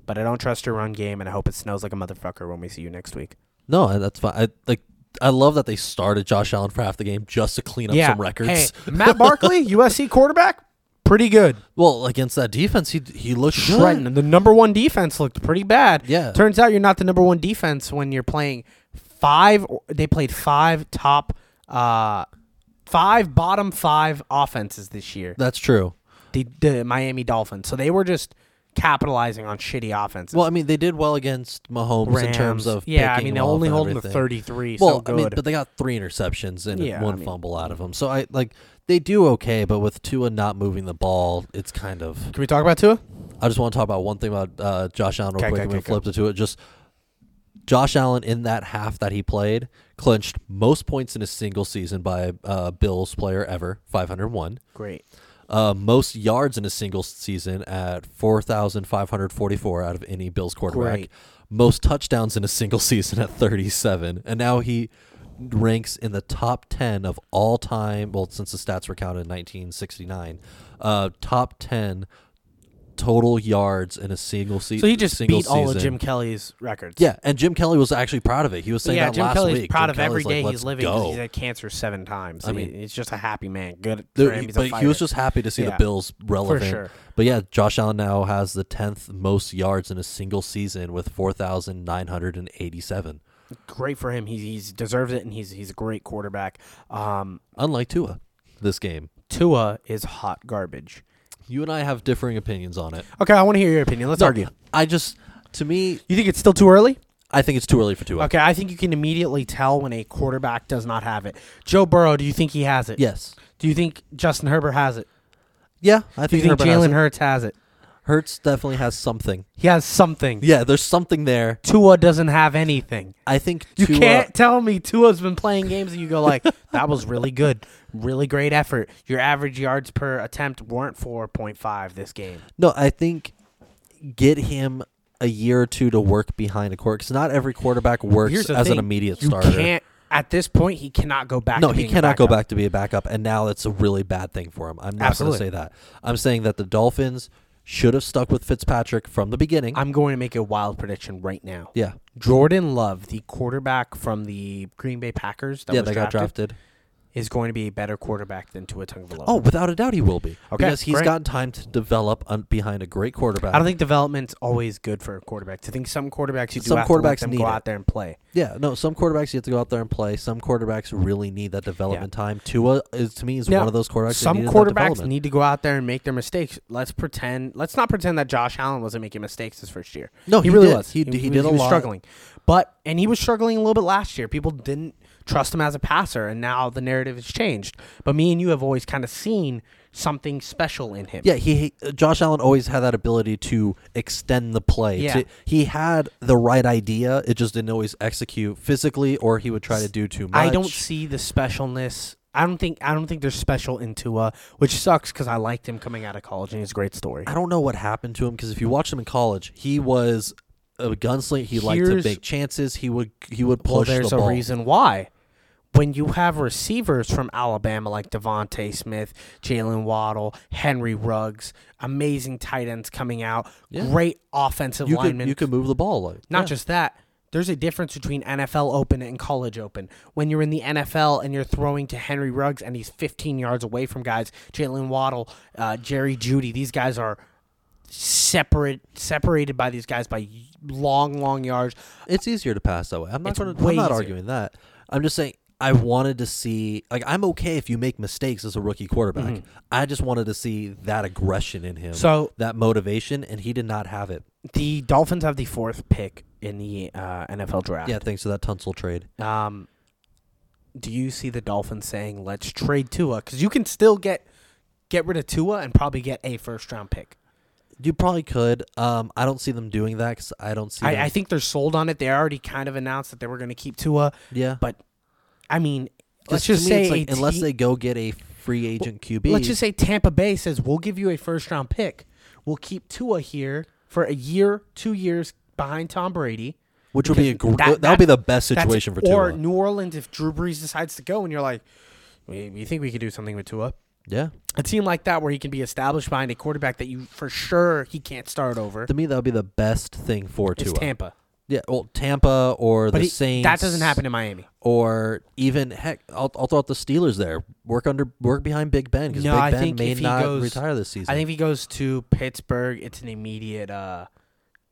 but I don't trust your run game, and I hope it snows like a motherfucker when we see you next week.
No, and that's fine. I like. I love that they started Josh Allen for half the game just to clean up some records.
Hey, Matt
*laughs*
Barkley, USC quarterback, pretty good.
Well, against that defense, he he looked good.
Trenton, the number one defense looked pretty bad.
Yeah.
Turns out you're not the number one defense when you're playing five. They played five top, uh, five bottom five offenses this year.
That's true.
The, the Miami Dolphins. So they were just capitalizing on shitty offenses.
Well, I mean, they did well against Mahomes in
Rams.
terms of
yeah, I mean
picking him
they
off
only
and
holding the
everything.
33.
Well,
so good.
I mean, but they got three interceptions and
Yeah,
one
I mean-
fumble out of them. So I like they do okay, but with Tua not moving the ball, it's kind of.
Can we talk about Tua?
I just want to talk about one thing about uh, Josh Allen real
Okay,
quick,
okay,
and we
okay,
flipped it to it. Just Josh Allen in that half that he played clinched most points in a single season by uh, Bills player ever, five hundred one.
Great.
Uh, most yards in a single season at 4,544 out of any Bills quarterback.
Great.
Most touchdowns in a single *laughs* season at 37. And now he ranks in the top 10 of all time. Well, since the stats were counted in 1969, uh, top 10 total yards in a single, se-
So he just
single
beat
season.
all of Jim Kelly's records.
Yeah, and Jim Kelly was actually proud of it. He was saying
yeah,
that
Jim
last
Kelly's
week.
proud
Jim
of
Kelly's
every
like,
day
"Let's
he's living. 'cause
go."
He's had cancer seven times.
I
I
mean-
mean, he's just a happy man. Good
There-
for him.
he-
He's a
but he was
fighter.
just happy to see the
Yeah.
Bills relevant.
sure.
But yeah, Josh Allen now has the tenth most yards in a single season with four thousand nine hundred and eighty-seven.
great for him. He he's deserves it, and he's he's a great quarterback. Um,
Unlike Tua, this game.
Tua is hot garbage.
You and I have differing opinions on it.
Okay, I want to hear your opinion. Let's
No,
argue.
I just, to me,
You think it's still too early?
I think it's too early for Tua.
Okay, I think you can immediately tell when a quarterback does not have it. Joe Burrow, do you think he has it?
Yes.
Do you think Justin Herbert has it?
Yeah, I
Do you
think,
think
Herbert has
Jalen
it.
Hurts has it?
Hurts definitely has something.
He has something.
Yeah, there's something there.
Tua doesn't have anything.
I think
You
Tua,
can't tell me Tua's been playing games and you go like, *laughs* that was really good, really great effort. Your average yards per attempt weren't 4.5 this game.
No, I think get him a year or two to work behind a quarterback because not every quarterback works
Here's the
as an
thing,
immediate
You
starter.
can't at this point. He cannot go back.
no,
to
he
being a
cannot go
backup.
back to be a backup, and now it's a really bad thing for him. I'm not going to
Absolutely.
say that. I'm saying that the Dolphins should have stuck with Fitzpatrick from the beginning.
I'm going to make a wild prediction right now.
yeah,
Jordan Love, the quarterback from the Green Bay Packers, that
yeah,
was
they got drafted.
is going to be a better quarterback than Tua Tagovailoa.
Oh, without a doubt, he will be
Okay,
because he's
great.
gotten time to develop un- behind a great quarterback.
I don't think development's always good for a quarterback. To think some quarterbacks you do
Some
have to let
quarterbacks
them
need
go
it.
out there and play.
yeah, no, some quarterbacks you have to go out there and play. Some quarterbacks really need that development time. Tua is to me is
Now,
one of those quarterbacks. that
Some
needed that
quarterbacks
development.
need to go out there and make their mistakes. Let's pretend. Let's not pretend that Josh Allen wasn't making mistakes his first year.
No,
he,
he
really
did.
was.
He- he did a
was
lot.
struggling, but and he was struggling a little bit last year. People didn't trust him as a passer, and now the narrative has changed. But me and you have always kind of seen something special in him.
Yeah, he he- Josh Allen always had that ability to extend the play.
Yeah.
to- he had the right idea, it just didn't always execute physically, or he would try to do too much.
I don't see the specialness. I don't think I don't think there's special in Tua, which sucks because I liked him coming out of college and he's a great story.
I don't know what happened to him because if you watched him in college, he was a gunslinger. He liked to
Here's-
make chances. He would he would push
Well, there's
the
a
ball.
reason why. When you have receivers from Alabama like Devonte Smith, Jalen Waddle, Henry Ruggs, amazing tight ends coming out,
Yeah.
great offensive
You
linemen.
could, you could move the ball. Like,
Not
yeah.
just that. There's a difference between NFL Open and College Open. When you're in the NFL and you're throwing to Henry Ruggs and he's 15 yards away from guys, Jalen Waddle, uh, Jerry Judy, these guys are separate, separated by these guys by long, long yards.
it's easier to pass that way. I'm not
It's
going to.
way
I'm not
easier.
arguing that. I'm just saying I wanted to see. Like I'm okay if you make mistakes as a rookie quarterback.
Mm-hmm.
I just wanted to see that aggression in him.
So-
that motivation, and he did not have it.
The Dolphins have the fourth pick in the uh, NFL draft.
Yeah, thanks to that Tunsil trade.
Um, do you see the Dolphins saying, "Let's trade Tua"? Because you can still get get rid of Tua and probably get a first round pick.
You probably could. Um, I don't see them doing that because I don't see. them-
I, I think they're sold on it. They already kind of announced that they were going to keep Tua,
yeah.
but I mean,
'Cause
let's
to
just
me,
say
it's like,
a
unless
te-
they go get a free agent QB.
let's just say Tampa Bay says we'll give you a first round pick. We'll keep Tua here for a year, two years behind Tom Brady.
which would be a
because
gr-
that-
that would be
that-
the best
That's-
situation for
or
Tua.
New Orleans if Drew Brees decides to go and you're like, We, we think we could do something with Tua.
Yeah.
A team like that where he can be established behind a quarterback that you for sure he can't start over.
To me, that would be the best thing for
It's
Tua.
Tampa,
Yeah, well, Tampa or
but
the
he-
Saints.
that doesn't happen in Miami.
Or even heck, I'll, I'll throw out the Steelers there. Work under, work behind Big Ben because
No,
Big
I
Ben
think
may
if he
not
goes-
retire this season.
I think if he goes to Pittsburgh, it's an immediate uh,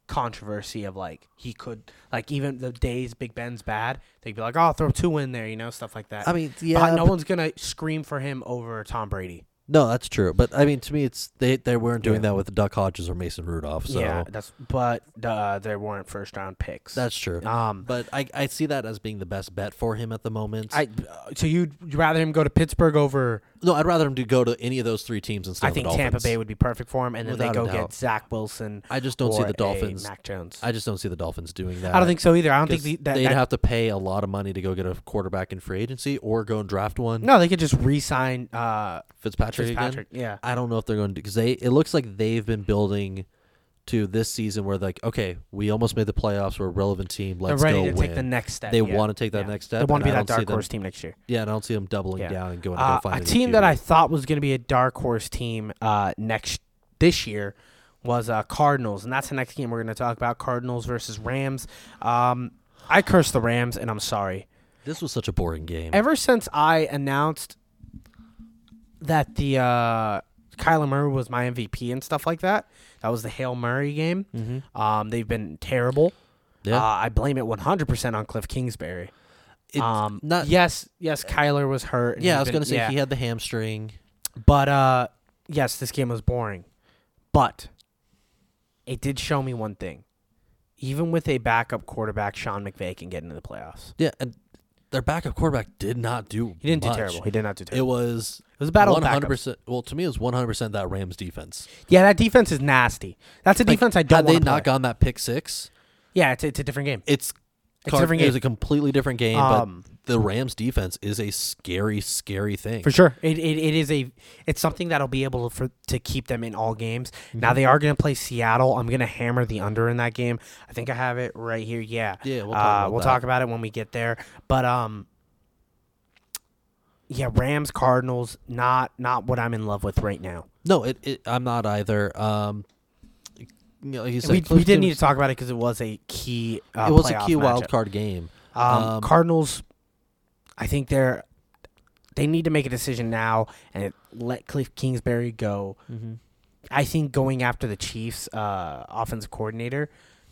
controversy of like he could like even the days Big Ben's bad, they'd be like, oh, throw two in there, you know, stuff like that.
I mean,
But
yeah,
no
but-
one's gonna scream for him over Tom Brady.
no, that's true. But I mean, to me, it's they they weren't doing
Yeah.
that with Duck Hodges or Mason Rudolph. So
yeah, that's but uh, there weren't first round picks.
that's true.
um.
But I, I see that as being the best bet for him at the moment.
I so you'd, you'd rather him go to Pittsburgh over
no, I'd rather him to go to any of those three teams instead
I
of the
think Tampa
Dolphins.
Bay would be perfect for him, and then
Without
they
a
go get
doubt.
Zach Wilson.
I just don't see
or
the
a
Dolphins.
Mac Jones. I,
I just don't see the Dolphins doing that.
don't think so either. I don't
'cause
think the, that,
they'd
that-
have to pay a lot of money to go get a quarterback in free agency or go and draft one.
no. They could just re-sign uh,
Fitzpatrick, again?
Fitzpatrick. Yeah,
I don't know if they're going to because they. It looks like they've been building to this season where like, okay, we almost made the playoffs. We're a relevant team. Let's
they're ready
go
to
win.
take the next step.
they
yeah.
want to take that
Yeah.
next step.
They want
and
to
I
be that
don't see
dark
them-
horse team next year.
Yeah, and I don't see them doubling
Yeah.
down and going to
Uh,
go find
a
new
team that
QB.
I thought was going to be a dark horse team uh, next this year was uh, Cardinals, and that's the next game we're going to talk about: Cardinals versus Rams. Um, I curse the Rams, and I'm sorry.
This was such a boring game.
ever since I announced that the uh, Kyler Murray was my MVP and stuff like that, that was the Hale Murray game. Um, they've been terrible.
Mm-hmm. Yeah.
Uh, I blame it 100% on Cliff Kingsbury.
It's
um,
not. Yeah,
yes, yes, Kyler was hurt. and
I
he's
was
been-
gonna say
yeah.
he had the hamstring.
But uh, yes, this game was boring. But it did show me one thing. Even with a backup quarterback, Sean McVay can get into the playoffs.
Yeah, and their backup quarterback did not do.
He didn't
much.
do terrible. He did not do terrible.
It was
It was a battle of
One hundred
backups.
percent. Well, to me, it was one hundred percent that Rams defense.
Yeah, that defense is nasty. That's a
Like,
defense I don't
Had they
want to
not gotten that pick six,
yeah, it's, it's a different game.
it's,
It's a
Card-
different
It was
game.
a completely different game.
Um,
but the Rams defense is a scary, scary thing.
For sure, it, it, it is a it's something that'll be able to, for, to keep them in all games.
Mm-hmm.
Now they are going to play Seattle. I'm going to hammer the under in that game. I think I have it right here. Yeah,
Yeah, we'll talk
uh,
about
we'll
that.
talk about it when we get there. But um, yeah, Rams Cardinals not not what I'm in love with right now.
No, it, it. I'm not either. Um, you know, like you said,
We,
Cliff
we did
Kingsbury-
need to talk about it because it was a key. Uh,
it was a
playoff
key
matchup.
wild card game.
Um,
Um,
Cardinals, I think they're they need to make a decision now and let Cliff Kingsbury go. I think going after the Chiefs' uh, offensive coordinator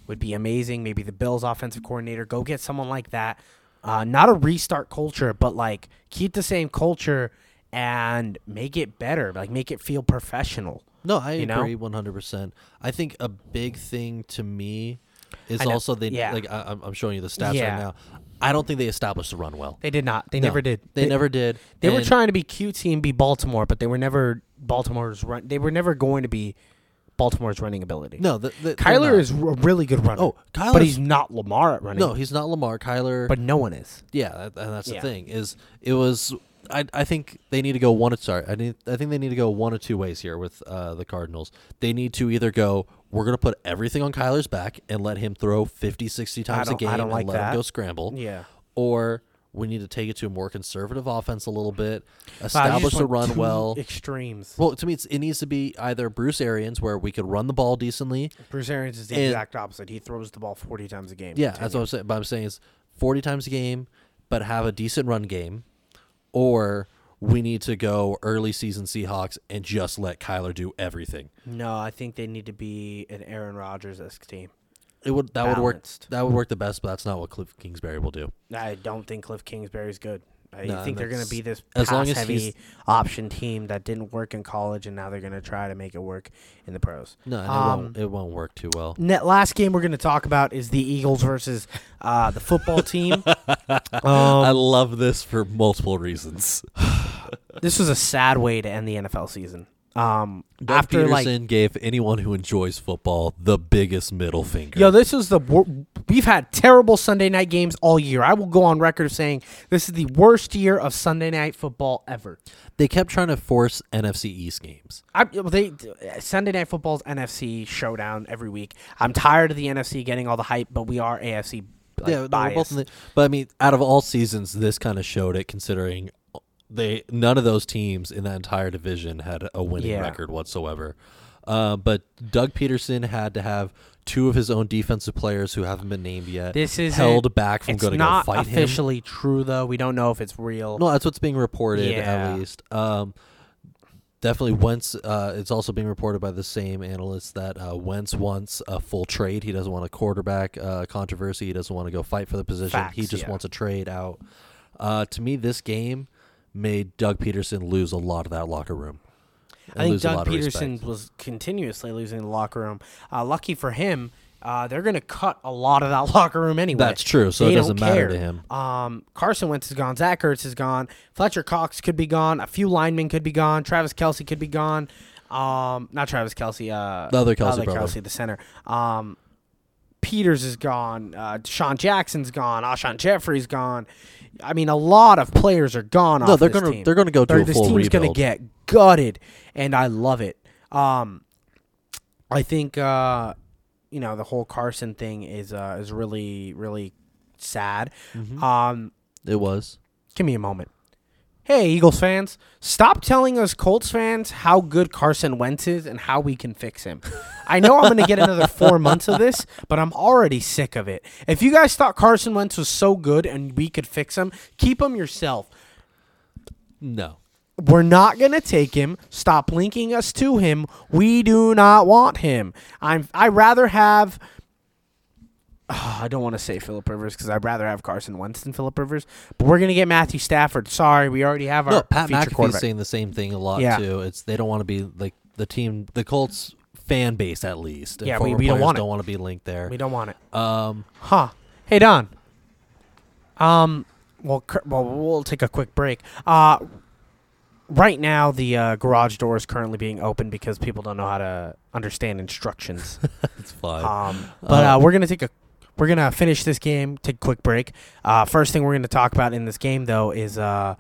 would be amazing. Maybe the Bills' offensive coordinator. Go get someone like that. Uh, not a restart culture, but like keep the same culture and make it better. Like make it feel professional.
No, I
you know?
agree one hundred percent. I think a big thing to me is
I know.
also they
Yeah.
like I, I'm- I'm showing you the stats
Yeah.
right now. I don't think they established the run well.
They did not. They
No,
never did.
They, never did.
They were
And-
trying to be cutesy and be Baltimore, but they were never Baltimore's run. They were never going to be Baltimore's running ability.
No, the, the, they're
Kyler
not.
is a really good runner.
Oh,
but
Kyler's-
he's not Lamar at running.
No, he's not Lamar. Kyler.
but no one is.
Yeah, that- and that's
Yeah.
the thing is it was. I, I think they need to go one. Sorry, I need, I think they need to go one of two ways here with uh, the Cardinals. They need to either go, we're going to put everything on Kyler's back and let him throw 50, 60 times a
don't-
game
I don't like
and let
that.
him go scramble,
Yeah.
or we need to take it to a more conservative offense a little bit,
Wow, you
establish
just
the
went
run
two *laughs*
well.
Extremes.
Well, to me, it's, it needs to be either Bruce Arians, where we could run the ball decently,
Bruce Arians is the
and-
exact opposite. He throws the ball forty times a game.
Yeah,
Continue.
that's what I'm saying. But I'm saying is 40 times a game, but have a decent run game, or we need to go early season Seahawks and just let Kyler do everything.
no, I think they need to be an Aaron Rodgers esque team.
It would that would work.
Balanced.
That would work the best, but that's not what Cliff Kingsbury will do.
I don't think Cliff Kingsbury's good. I
No,
think they're going to
that's-
be this
as long as
heavy
he's-
option team that didn't work in college, and now they're going to try to make it work in the pros.
No, and
Um,
it, won't, it won't work too well.
Net last game we're going to talk about is the Eagles versus uh, the football
*laughs*
team. um,
I love this for multiple reasons.
this was a sad way to end the NFL season. Um,
Doug
after like,
Peterson gave anyone who enjoys football the biggest middle finger.
yo, this was the wor- we've had terrible Sunday night games all year. I will go on record of saying this is the worst year of Sunday night football ever.
they kept trying to force NFC East games.
I, well, they Sunday Night Football's NFC showdown every week. I'm tired of the NFC getting all the hype, but we are AFC. Like,
yeah, no, we're both
biased.
in the, but I mean, out of all seasons, this kind of showed it. Considering they none of those teams in that entire division had a winning
Yeah.
record whatsoever. Uh, but Doug Peterson had to have two of his own defensive players who haven't been named yet
This is
held back from
It's
going to go
not
fight him.
officially true though. We don't know if it's real.
No, that's what's being reported
Yeah.
at least. Um, definitely, Wentz. Uh, it's also being reported by the same analysts that uh, Wentz wants a full trade. He doesn't want a quarterback uh, controversy. He doesn't want to go fight for the position. he
Facts,
just
yeah.
wants a trade out. Uh, to me, this game made Doug Peterson lose a lot of that locker room. and
I think
lose a lot
Doug
of
Peterson
respect.
was continuously losing the locker room. Uh, lucky for him, uh, they're going to cut a lot of that *laughs* locker room anyway.
That's true, so
They
it doesn't
don't
matter to
care.
him.
Um, Carson Wentz is gone. Zach Ertz is gone. Fletcher Cox could be gone. A few linemen could be gone. Travis Kelsey could be gone. Um, not Travis Kelsey. Uh,
The other Kelce brother.
Kelsey, the center. Um, Peters is gone. Uh, Deshaun Jackson's gone. Alshon Jeffrey's gone. I mean, a lot of players are gone.
No,
off
they're
this
gonna
team
they're gonna go to
they're-
a
this
full
team's
rebuild.
gonna get gutted, and I love it. Um, I think uh, you know the whole Carson thing is uh, is really really sad.
Mm-hmm.
Um,
it was.
give me a moment. Hey, Eagles fans, stop telling us Colts fans how good Carson Wentz is and how we can fix him. I know I'm going to get
*laughs*
another four months of this, but I'm already sick of it. If you guys thought Carson Wentz was so good and we could fix him, keep him yourself.
No.
We're not going to take him. Stop linking us to him. We do not want him. I'm I rather have *sighs* I don't want to say Philip Rivers because I'd rather have Carson Wentz than Philip Rivers, but we're gonna get Matthew Stafford. Sorry, we already have our
No, Pat
future
McAfee's
quarterback.
saying the same thing a lot
Yeah.
too. It's they don't want to be like the team, the Colts fan base at least. and
Yeah, we-
former
we don't
players
want it.
don't want to be linked there.
we don't want it,
Um,
huh? Hey Don. Um, well, cur- well, we'll take a quick break. Uh, right now the uh, garage door is currently being opened because people don't know how to understand instructions.
it's fine.
Um, but
Uh,
uh, we're gonna take a we're gonna finish this game. Take a quick break. Uh, first thing we're gonna talk about in this game though is uh,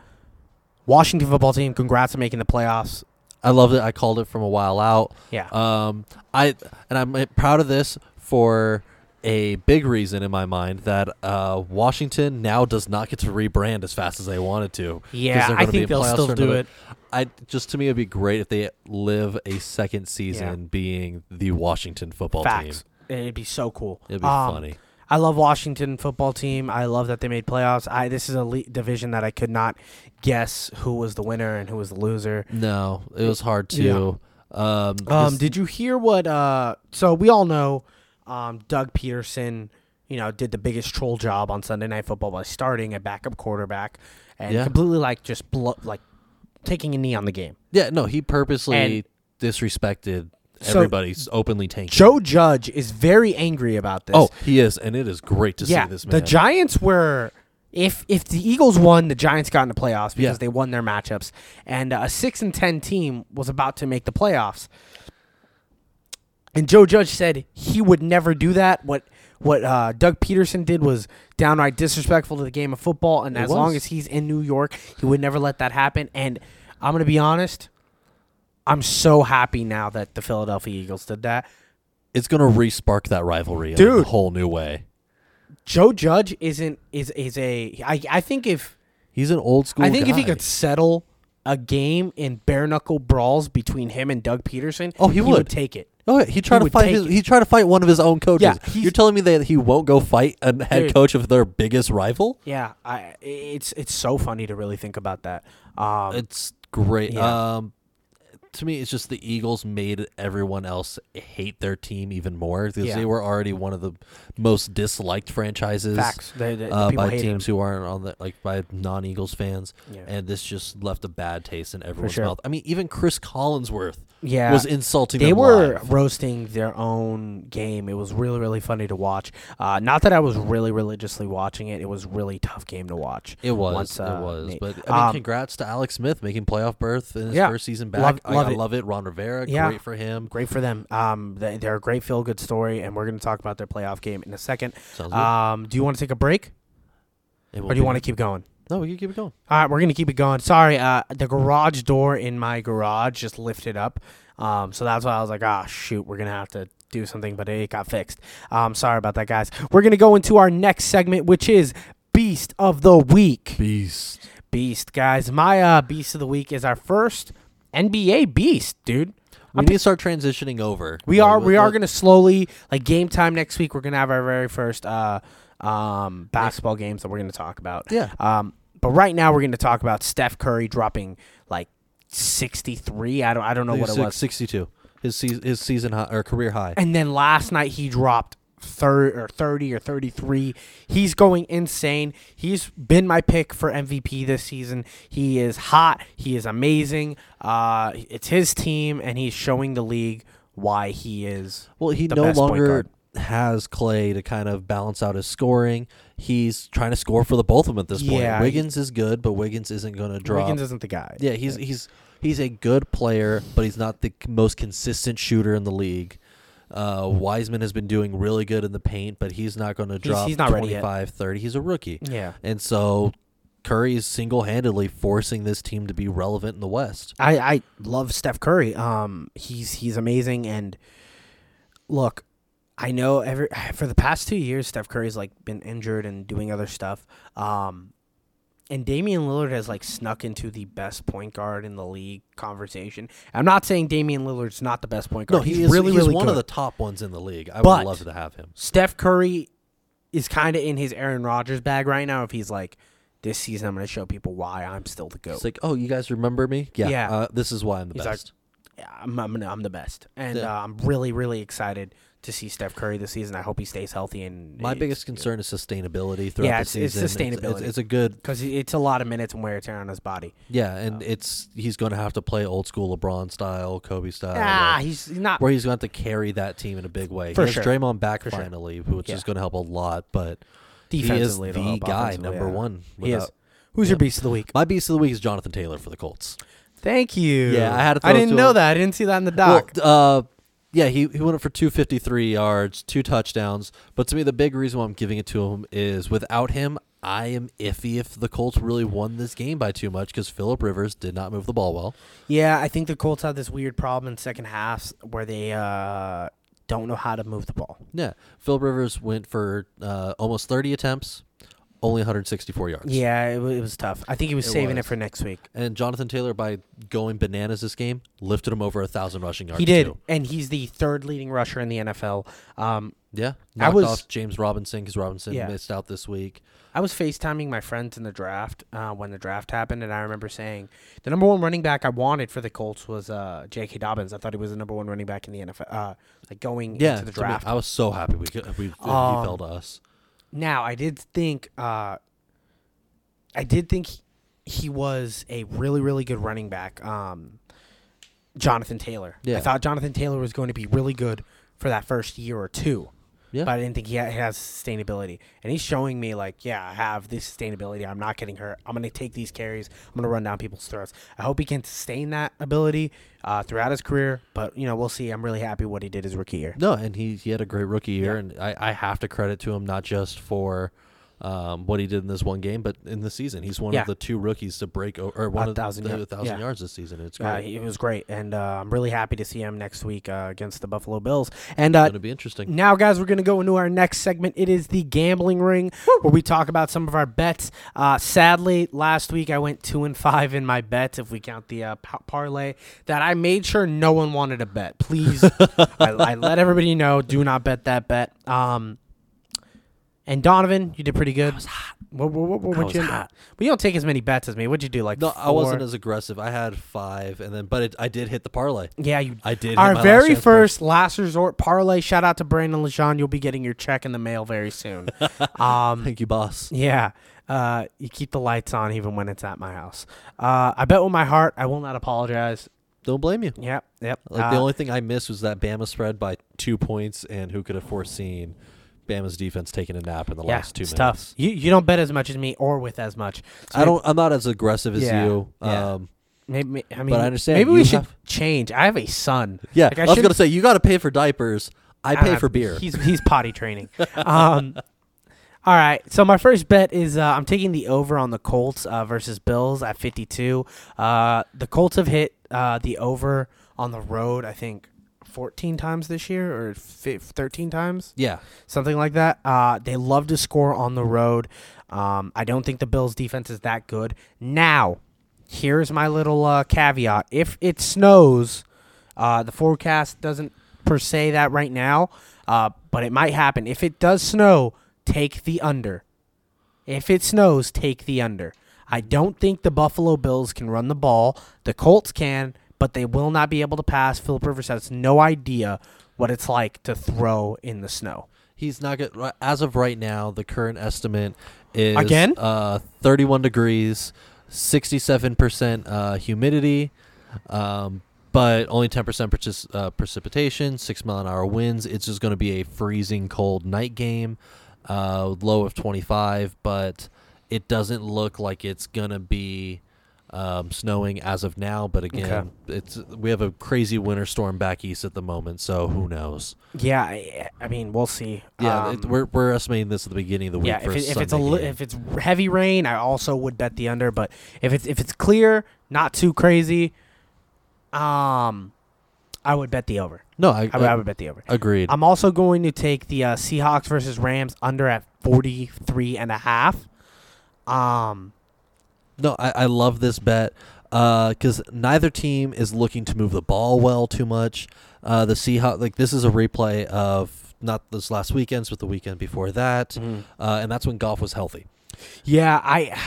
Washington football team. Congrats on making the playoffs.
*laughs* I love it. I called it from a while out.
Yeah.
Um, I and I'm uh, proud of this for a big reason in my mind that uh, Washington now does not get to rebrand as fast as they wanted to. 'cause
Yeah,
they're
I
gonna be
think
in
they'll
playoffs
still
for
do
another-
it.
I just to me it'd be great if they live a second season being the Washington football
Facts.
team.
It'd be so cool.
It'd be
Um,
funny.
I love Washington football team. I love that they made playoffs. I this is a le- division that I could not guess who was the winner and who was the loser.
No, it was hard
Yeah.
to. Um,
Um,
this-
did you hear what? Uh, so we all know, um, Doug Peterson, you know, did the biggest troll job on Sunday Night Football by starting a backup quarterback and
Yeah.
completely like just blo- like taking a knee on the game.
yeah, no, he purposely
And-
disrespected
So-
everybody's openly tanking.
Joe Judge is very angry about this.
oh, he is, and it is great to
yeah,
see this man.
the Giants were. If if the Eagles won, the Giants got into playoffs because
Yeah.
they won their matchups, and uh, a six and ten team was about to make the playoffs. And Joe Judge said he would never do that. What what uh, Doug Peterson did was downright disrespectful to the game of football. And
It
as long
was.
as he's in New York, he would never let that happen. And I'm gonna be honest, I'm so happy now that the Philadelphia Eagles did that.
it's gonna re-spark that rivalry in a
Dude.
whole new way.
Joe Judge isn't is is a I I think if
He's an old school.
I think if he
guy.
could settle a game in bare knuckle brawls between him and Doug Peterson,
Oh, he would.
take it.
Oh, yeah, he tried to
would
fight.
take
His,
it.
he tried to fight one of his own coaches.
Yeah, he's-
You're telling me that he won't go fight a head
Dude.
coach of their biggest rival?
Yeah, I it's it's so funny to really think about that. Um,
It's great.
Yeah.
Um, to me, it's just the Eagles made everyone else hate their team even more because
Yeah.
they were already one of the most disliked franchises
facts. The, the, the
uh,
people
by
hate him.
teams who aren't on the like by non-Eagles fans,
Yeah.
and this just left a bad taste in everyone's
sure.
mouth. I mean, even Chris Collinsworth
Yeah,
was insulting.
they
them
were
live.
roasting their own game. It was really really funny to watch. Uh, not that I was really religiously watching it. It was really tough game to watch.
It was.
Once, uh,
it was.
Nate-
But I mean,
Um,
congrats to Alex Smith making playoff berth in his
Yeah.
first season back.
Love-
I,
love
I
it.
love it. Ron Rivera,
Yeah.
great for him.
Great for them. Um, they, they're a great feel good story, and we're going to talk about their playoff game in a second.
Sounds
Um, do you want to take a break,
good.
or do you want to keep going?
No, we can keep it going.
All right, we're gonna keep it going. Sorry, uh, the garage door in my garage just lifted up, um, so that's why I was like, ah, shoot, we're gonna have to do something, but it got fixed. Um, sorry about that, guys. We're gonna go into our next segment, which is Beast of the Week.
Beast.
beast, guys. My uh, beast of the week is our first NBA beast, dude.
We need to start transitioning over.
We
Like,
are
what-
we are
what-
going to slowly like game time next week. We're going to have our very first uh, um, basketball games that we're going to talk about.
Yeah.
Um, but right now we're going to talk about Steph Curry dropping like sixty three. I don't I don't know what it
six-
was.
62. His season, his season high, or career high.
And then last night he dropped third or thirty or thirty three. He's going insane. He's been my pick for MVP this season. He is hot. He is amazing. Uh, it's his team, and he's showing the league why he is.
*laughs* Well, he
the
no
best point
longer
guard.
has Clay to kind of balance out his scoring. He's trying to score for the both of them at this
Yeah,
point.
he-
Wiggins is good, but Wiggins isn't going to drop.
Wiggins isn't the guy.
yeah, he's he's he's a good player, but he's not the c- most consistent shooter in the league. Uh, Wiseman has been doing really good in the paint, but he's not going to drop
he's not ready yet.
25, 30. He's a rookie.
Yeah.
And so Curry is single-handedly forcing this team to be relevant in the West.
I, I love Steph Curry. Um, he's he's amazing. And look, I know every *sighs* for the past two years, Steph Curry's like been injured and doing other stuff. Um, and Damian Lillard has like snuck into the best point guard in the league conversation. I'm not saying Damian Lillard's not the best point guard.
No, he is,
really
he's
really
one
good.
of the top ones in the league. I
But-
would love to have him.
Steph Curry is kind of in his Aaron Rodgers bag right now. If he's like, this season, I'm going to show people why I'm still the goat.
It's like, oh, you guys remember me? Yeah.
Yeah.
Uh, this is why I'm the
He's like-
best.
I'm, I'm, gonna- I'm the best, and
Yeah.
uh, I'm really, really excited to see Steph Curry this season. I hope he stays healthy. And
My biggest concern is sustainability throughout
Yeah,
the
it's- it's
season. It's,
sustainability.
it's a good,
because it's a lot of minutes and wear and tear on his body.
yeah, and it's he's going to have to play old school LeBron style, Kobe style,
ah,
like,
he's not.
where he's going to have to carry that team in a big way.
For
he
sure.
has Draymond back
sure.
finally, which
Yeah.
is going to help a lot. But
Defensively,
he
it'll
is the
help
guy
offensively,
number
yeah.
one.
He is.
without-
Who's your beast of the week?
My beast of the week is Jonathan Taylor for the Colts.
Thank you.
Yeah, I had to
I
throw it
didn't
to
know
him.
that. I didn't see that in the doc.
Well, uh, yeah, he, he went up for 253 yards, two touchdowns. But to me, the big reason why I'm giving it to him is without him, I am iffy if the Colts really won this game by too much because Philip Rivers did not move the ball well.
yeah, I think the Colts had this weird problem in second halves where they uh, don't know how to move the ball.
Yeah, Philip Rivers went for uh, almost 30 attempts, only 164 yards.
Yeah, it, wa- it was tough. I think he was
It
saving
was.
it for next week.
And Jonathan Taylor, by going bananas this game, lifted him over a thousand rushing yards.
He did,
too.
and he's the third leading rusher in the NFL. Um,
Yeah,
I
knocked
was-
off James Robinson because Robinson
Yeah.
missed out this week.
I was FaceTiming my friends in the draft uh, when the draft happened, and I remember saying the number one running back I wanted for the Colts was uh, J.K. Dobbins. I thought he was the number one running back in the NFL, uh, like going
Yeah,
into the
to me,
draft.
I was so happy we could, we he
Um,
fell to us.
now, I did think, uh, I did think he, he was a really, really good running back, um, Jonathan Taylor.
Yeah.
I thought Jonathan Taylor was going to be really good for that first year or two.
Yeah.
But I didn't think he ha- has sustainability. And he's showing me, like, yeah, I have the sustainability. I'm not getting hurt. I'm going to take these carries. I'm going to run down people's throats. I hope he can sustain that ability uh, throughout his career. But, you know, we'll see. I'm really happy what he did his rookie year.
No, and he, he had a great rookie year, and I, I have to credit to him not just for um, what he did in this one game, but in the season. He's one
Yeah.
of the two rookies to break o- or one of
thousand
the
yard-
thousand
yeah.
yards this season. It's great.
Uh, he- it was great. And uh, I'm really happy to see him next week uh, against the Buffalo Bills. And uh,
going to be interesting.
Now, guys, we're going to go into our next segment. It is the gambling ring where we talk about some of our bets. Uh, sadly, last week I went two and five in my bets, if we count the uh, pa- parlay, that I made sure no one wanted to bet.
*laughs*
Please, I, I let everybody know do not bet that bet. Um, and Donovan, you did pretty good. I was hot. What, what, what, what,
was
you
hot.
But you don't take as many bets as me. What'd you do? Like,
No, I wasn't
four?
as aggressive. I had five, and then but it, I did hit the parlay.
Yeah, you
I did. hit
Our
my last
very
chance parlay.
first last resort parlay. Shout out to Brandon LeJean. You'll be getting your check in the mail very
*laughs*
soon. um,
*laughs* Thank you, boss.
yeah. Uh, you keep the lights on even when it's at my house. Uh, I bet with my heart, I will not apologize.
Don't blame you.
Yep, yep.
Like
Uh,
the only thing I missed was that Bama spread by two points, and who could have foreseen Bama's defense taking a nap in the
yeah,
last two
it's
minutes?
tough. You you don't bet as much as me or with as much. So
I don't. I'm not as aggressive as
Yeah,
you.
yeah.
Um,
Maybe, may- I mean,
I understand
Maybe we
you
should
have-
change. I have a son.
Yeah,
Like,
I, was
should-
gonna say you got to pay for diapers. I
don't
pay
have-
for beer.
Ah, He's he's potty training. um, *laughs* all right. So my first bet is uh, I'm taking the over on the Colts uh, versus Bills at 52. Uh, the Colts have hit uh, the over on the road. I think 14 times this year or fi 13 times,
Yeah.
something like that. Uh, they love to score on the road. Um, I don't think the Bills' defense is that good. Now, here's my little uh, caveat: if it snows, uh, the forecast doesn't per se that right now, uh, but it might happen. If it does snow, take the under. If it snows, take the under. I don't think the Buffalo Bills can run the ball. The Colts can, but they will not be able to pass. Philip Rivers has no idea what it's like to throw in the snow.
He's not good. ri- As of right now, the current estimate is
Again?
uh, 31 degrees, 67% uh, humidity, um, but only 10% partic- uh, precipitation, six mile an hour winds. It's just going to be a freezing cold night game, uh, low of 25, but it doesn't look like it's going to be. Um, snowing as of now, but again, it's we have a crazy winter storm back east at the moment, so who knows?
Yeah, I, I mean, we'll see.
Yeah,
Um,
it, we're we're estimating this at the beginning of the week.
yeah.
for
If, it, if
a
it's a
Sunday
li-
game.
if it's heavy rain, I also would bet the under. But if it's if it's clear, not too crazy, um, I would bet the over.
no, I,
I would, I
I-
would bet the over.
agreed.
I'm also going to take the uh, Seahawks versus Rams under at 43 and a half. Um,
no, I, I love this bet because neither team is looking to move the ball well too much. Uh, the Seahawks like this is a replay of not this last weekend's, but the weekend before that, uh, and that's when golf was healthy.
yeah, I,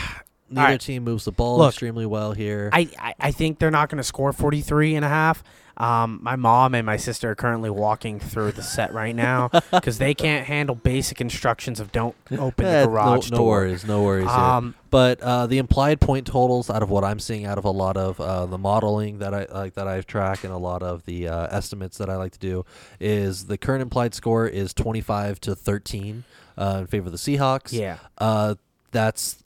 Neither
right.
team moves the ball
Look,
extremely well here.
I, I, I think they're not going to score 43 and a half. Um, my mom and my sister are currently walking through the set right
*laughs*
now because they can't handle basic instructions of don't open
Eh,
the garage
no, no
door.
worries, no worries. here.
Um,
But uh, the implied point totals, out of what I'm seeing, out of a lot of uh, the modeling that I like that I track, and a lot of the uh, estimates that I like to do, is the current implied score is 25 to 13 uh, in favor of the Seahawks.
Yeah.
Uh, that's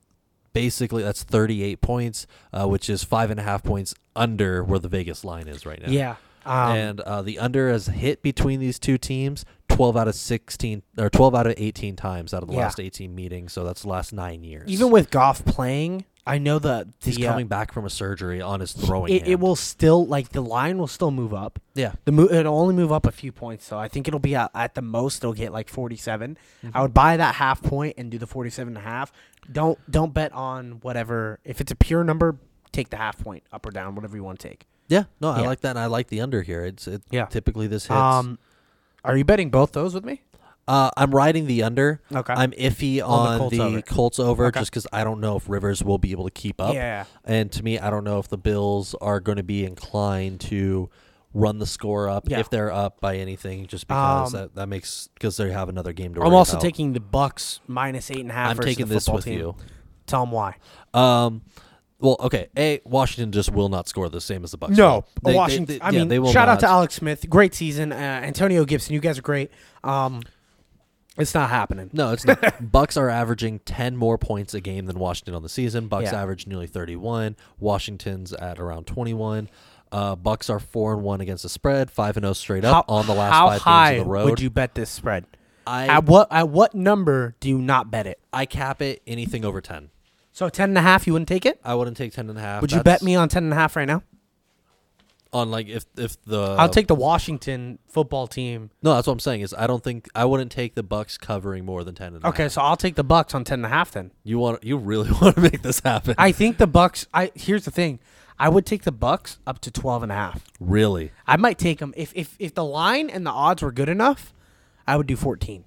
basically that's 38 points, uh, which is five and a half points under where the Vegas line is right now.
Yeah. Um,
and uh, the under has hit between these two teams 12 out of 16 or 12 out of 18 times out of the
Yeah.
last 18 meetings. So that's the last nine years.
even with Goff playing, I know the, the
He's
uh,
coming back from a surgery on his throwing.
it, it
hand.
will still like the line will still move up.
Yeah.
The mo- it'll only move up a few points, so I think it'll be at, at the most it'll get like 47.
Mm-hmm.
I would buy that half point and do the 47 and a half. Don't don't bet on whatever. If it's a pure number, take the half point up or down, whatever you want to take.
Yeah. No, I
Yeah.
like that. And I like the under here. It's it,
Yeah.
Typically this hits.
Um, are you betting both those with me?
uh, I'm riding the under.
Okay.
I'm iffy
On
on,
the Colts
the
over.
Colts over,
Okay.
just because I don't know if Rivers will be able to keep up.
Yeah.
And to me, I don't know if the Bills are going to be inclined to run the score up
Yeah.
if they're up by anything, just because
Um,
that, that makes because they have another game to.
I'm
worry
also
about.
taking the Bucks minus eight and a half.
I'm
versus
taking
the
this
football
with
team.
you.
Tell them why.
Um, well, okay. A Washington just will not score the same as the Bucks.
No,
will. They- they-
Washington.
they-
I
yeah,
mean,
they will
shout out
not.
to Alex Smith. Great season. Uh, Antonio Gibson, you guys are great. Um, it's not happening.
No, it's
*laughs*
not. Bucks are averaging ten more points a game than Washington on the season. Bucks
Yeah.
average nearly thirty-one. Washington's at around twenty-one. Uh, Bucks are four and one against the spread, five and zero straight up on the last
how
five
high
games on the road.
would you bet this spread?
I
at what at what number do you not bet it?
I cap it anything over ten.
So ten and a half, you wouldn't take it.
I wouldn't take ten and a half.
Would you bet
That's
me on ten and a half right now?
on like if if the
I'll take the Washington football team.
no? That's what I'm saying is I don't think I wouldn't take the Bucks covering more than ten and a half.
Okay, so I'll take the Bucks on ten and a half then.
You want you really *laughs* want to make this happen?
I think the Bucks. I here's the thing. I would take the Bucks up to twelve and a half.
really.
I might take them if if if the line and the odds were good enough. I would do fourteen.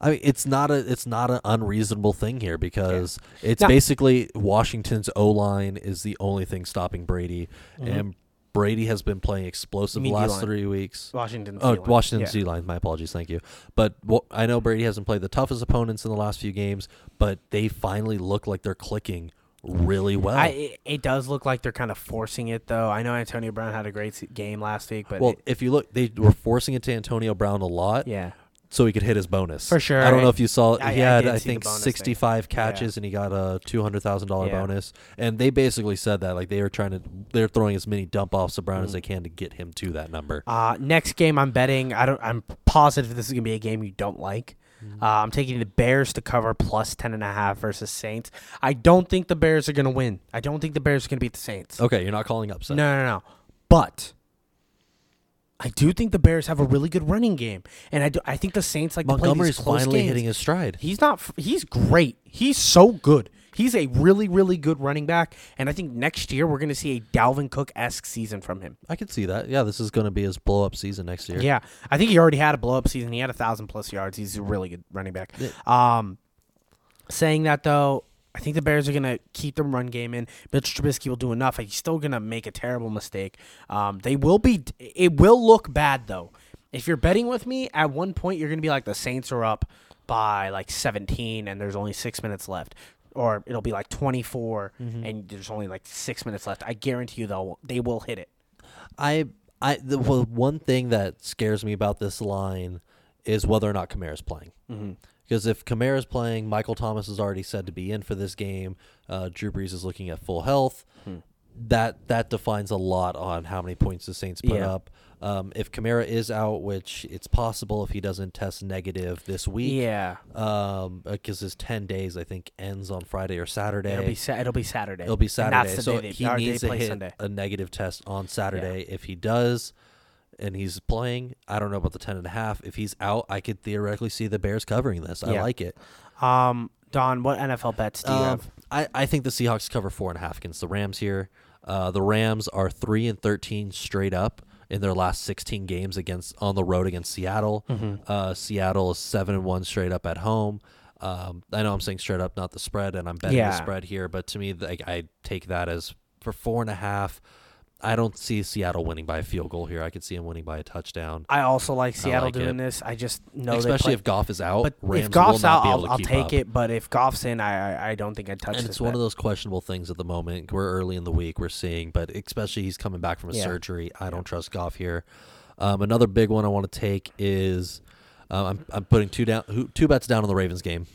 I mean, it's not a it's not an unreasonable thing here because it's
No.
basically Washington's O line is the only thing stopping Brady, and Brady has been playing explosive the
Mm-hmm. mean
last
D-line.
three weeks.
Washington.
Oh,
D-line.
Washington
Yeah.
C line. My apologies. Thank you. But wha- I know Brady hasn't played the toughest opponents in the last few games, but they finally look like they're clicking really well.
I, it, it does look like they're kind of forcing it, though. I know Antonio Brown had a great se- game last week, but
well,
it-
if you look, they were forcing it to Antonio Brown a lot.
yeah,
so he could hit his bonus
For sure.
I don't know if you saw.
I-
he
I
had,
did see the
I, think,
bonus thing.
sixty-five catches, and he got a two hundred thousand dollar
Yeah.
bonus. And they basically said that like they were trying to, they're throwing as many dump offs to
Mm.
Brown as they can to get him to that number.
Uh, next game, I'm betting. I don't. I'm positive this is gonna be a game you don't like.
Mm-hmm.
Uh, I'm taking the Bears to cover plus ten and a half versus Saints. I don't think the Bears are gonna win. I
Oh,
don't think the Bears are gonna beat the Saints.
Okay, you're not calling upset.
No, no, no. But I do think the Bears have a really good running game, and I do, I think the Saints like
Montgomery's
to play these close
finally
games.
hitting his stride.
He's not. f- He's great. He's so good. He's a really, really good running back, and I think next year we're going to see a Dalvin Cook esque season from him.
I can see that. Yeah, this is going to be his blow up season next year.
Yeah, I think he already had a blow up season. He had a thousand plus yards. He's a really good running back. Um, saying that though, I think the Bears are gonna keep the run game in. Mitch Trubisky will do enough. He's still gonna make a terrible mistake. Um, they will be. It will look bad though. If you're betting with me, at one point you're gonna be like the Saints are up by like 17 and there's only six minutes left. Or it'll be like 24 and there's only like six minutes left. I guarantee you they'll they will hit it.
I I the well, one thing that scares me about this line is whether or not Kamara's playing.
Mm-hmm.
Because if Kamara's playing, Michael Thomas is already said to be in for this game. Uh, Drew Brees is looking at full health.
Hmm.
That that defines a lot on how many points the Saints put
Yeah.
up. Um, if Kamara is out, which it's possible if he doesn't test negative this week,
Yeah,
um, because his ten days I think ends on Friday or Saturday.
It'll be sa- it'll be Saturday.
It'll be
And
Saturday. so
day they-
he
or they
needs to
play
hit
Sunday.
a negative test on Saturday. If he does, and he's playing, I don't know about the ten and a half. If he's out, I could theoretically see the Bears covering this. I
Yeah.
like it.
Um, Don, what NFL bets do you
Um,
have?
I, I think the Seahawks cover four and a half against the Rams here. Uh, the Rams are three and thirteen straight up in their last sixteen games against on the road against Seattle.
Mm-hmm.
Uh, Seattle is seven and one straight up at home. Um, I know I'm saying straight up, not the spread, and I'm betting
Yeah.
the spread here, but to me, like I take that as for four and a half. I don't see Seattle winning by a field goal here. I could see him winning by a touchdown,
I also like Seattle
like
doing
it.
this. I just know they
especially
play-
if Goff is out.
but
Rams
if Goff's
will not
out,
be able
I'll,
to
I'll
keep
take
up.
it. But if Goff's in, I I, I don't think I'd touch
And
this.
it's one
bet.
of those questionable things at the moment. We're early in the week, we're seeing, but especially he's coming back from a
Yeah.
surgery. I don't trust Goff here. Um, another big one I want to take is um, I'm, I'm putting two down, who- two bets down on the Ravens game.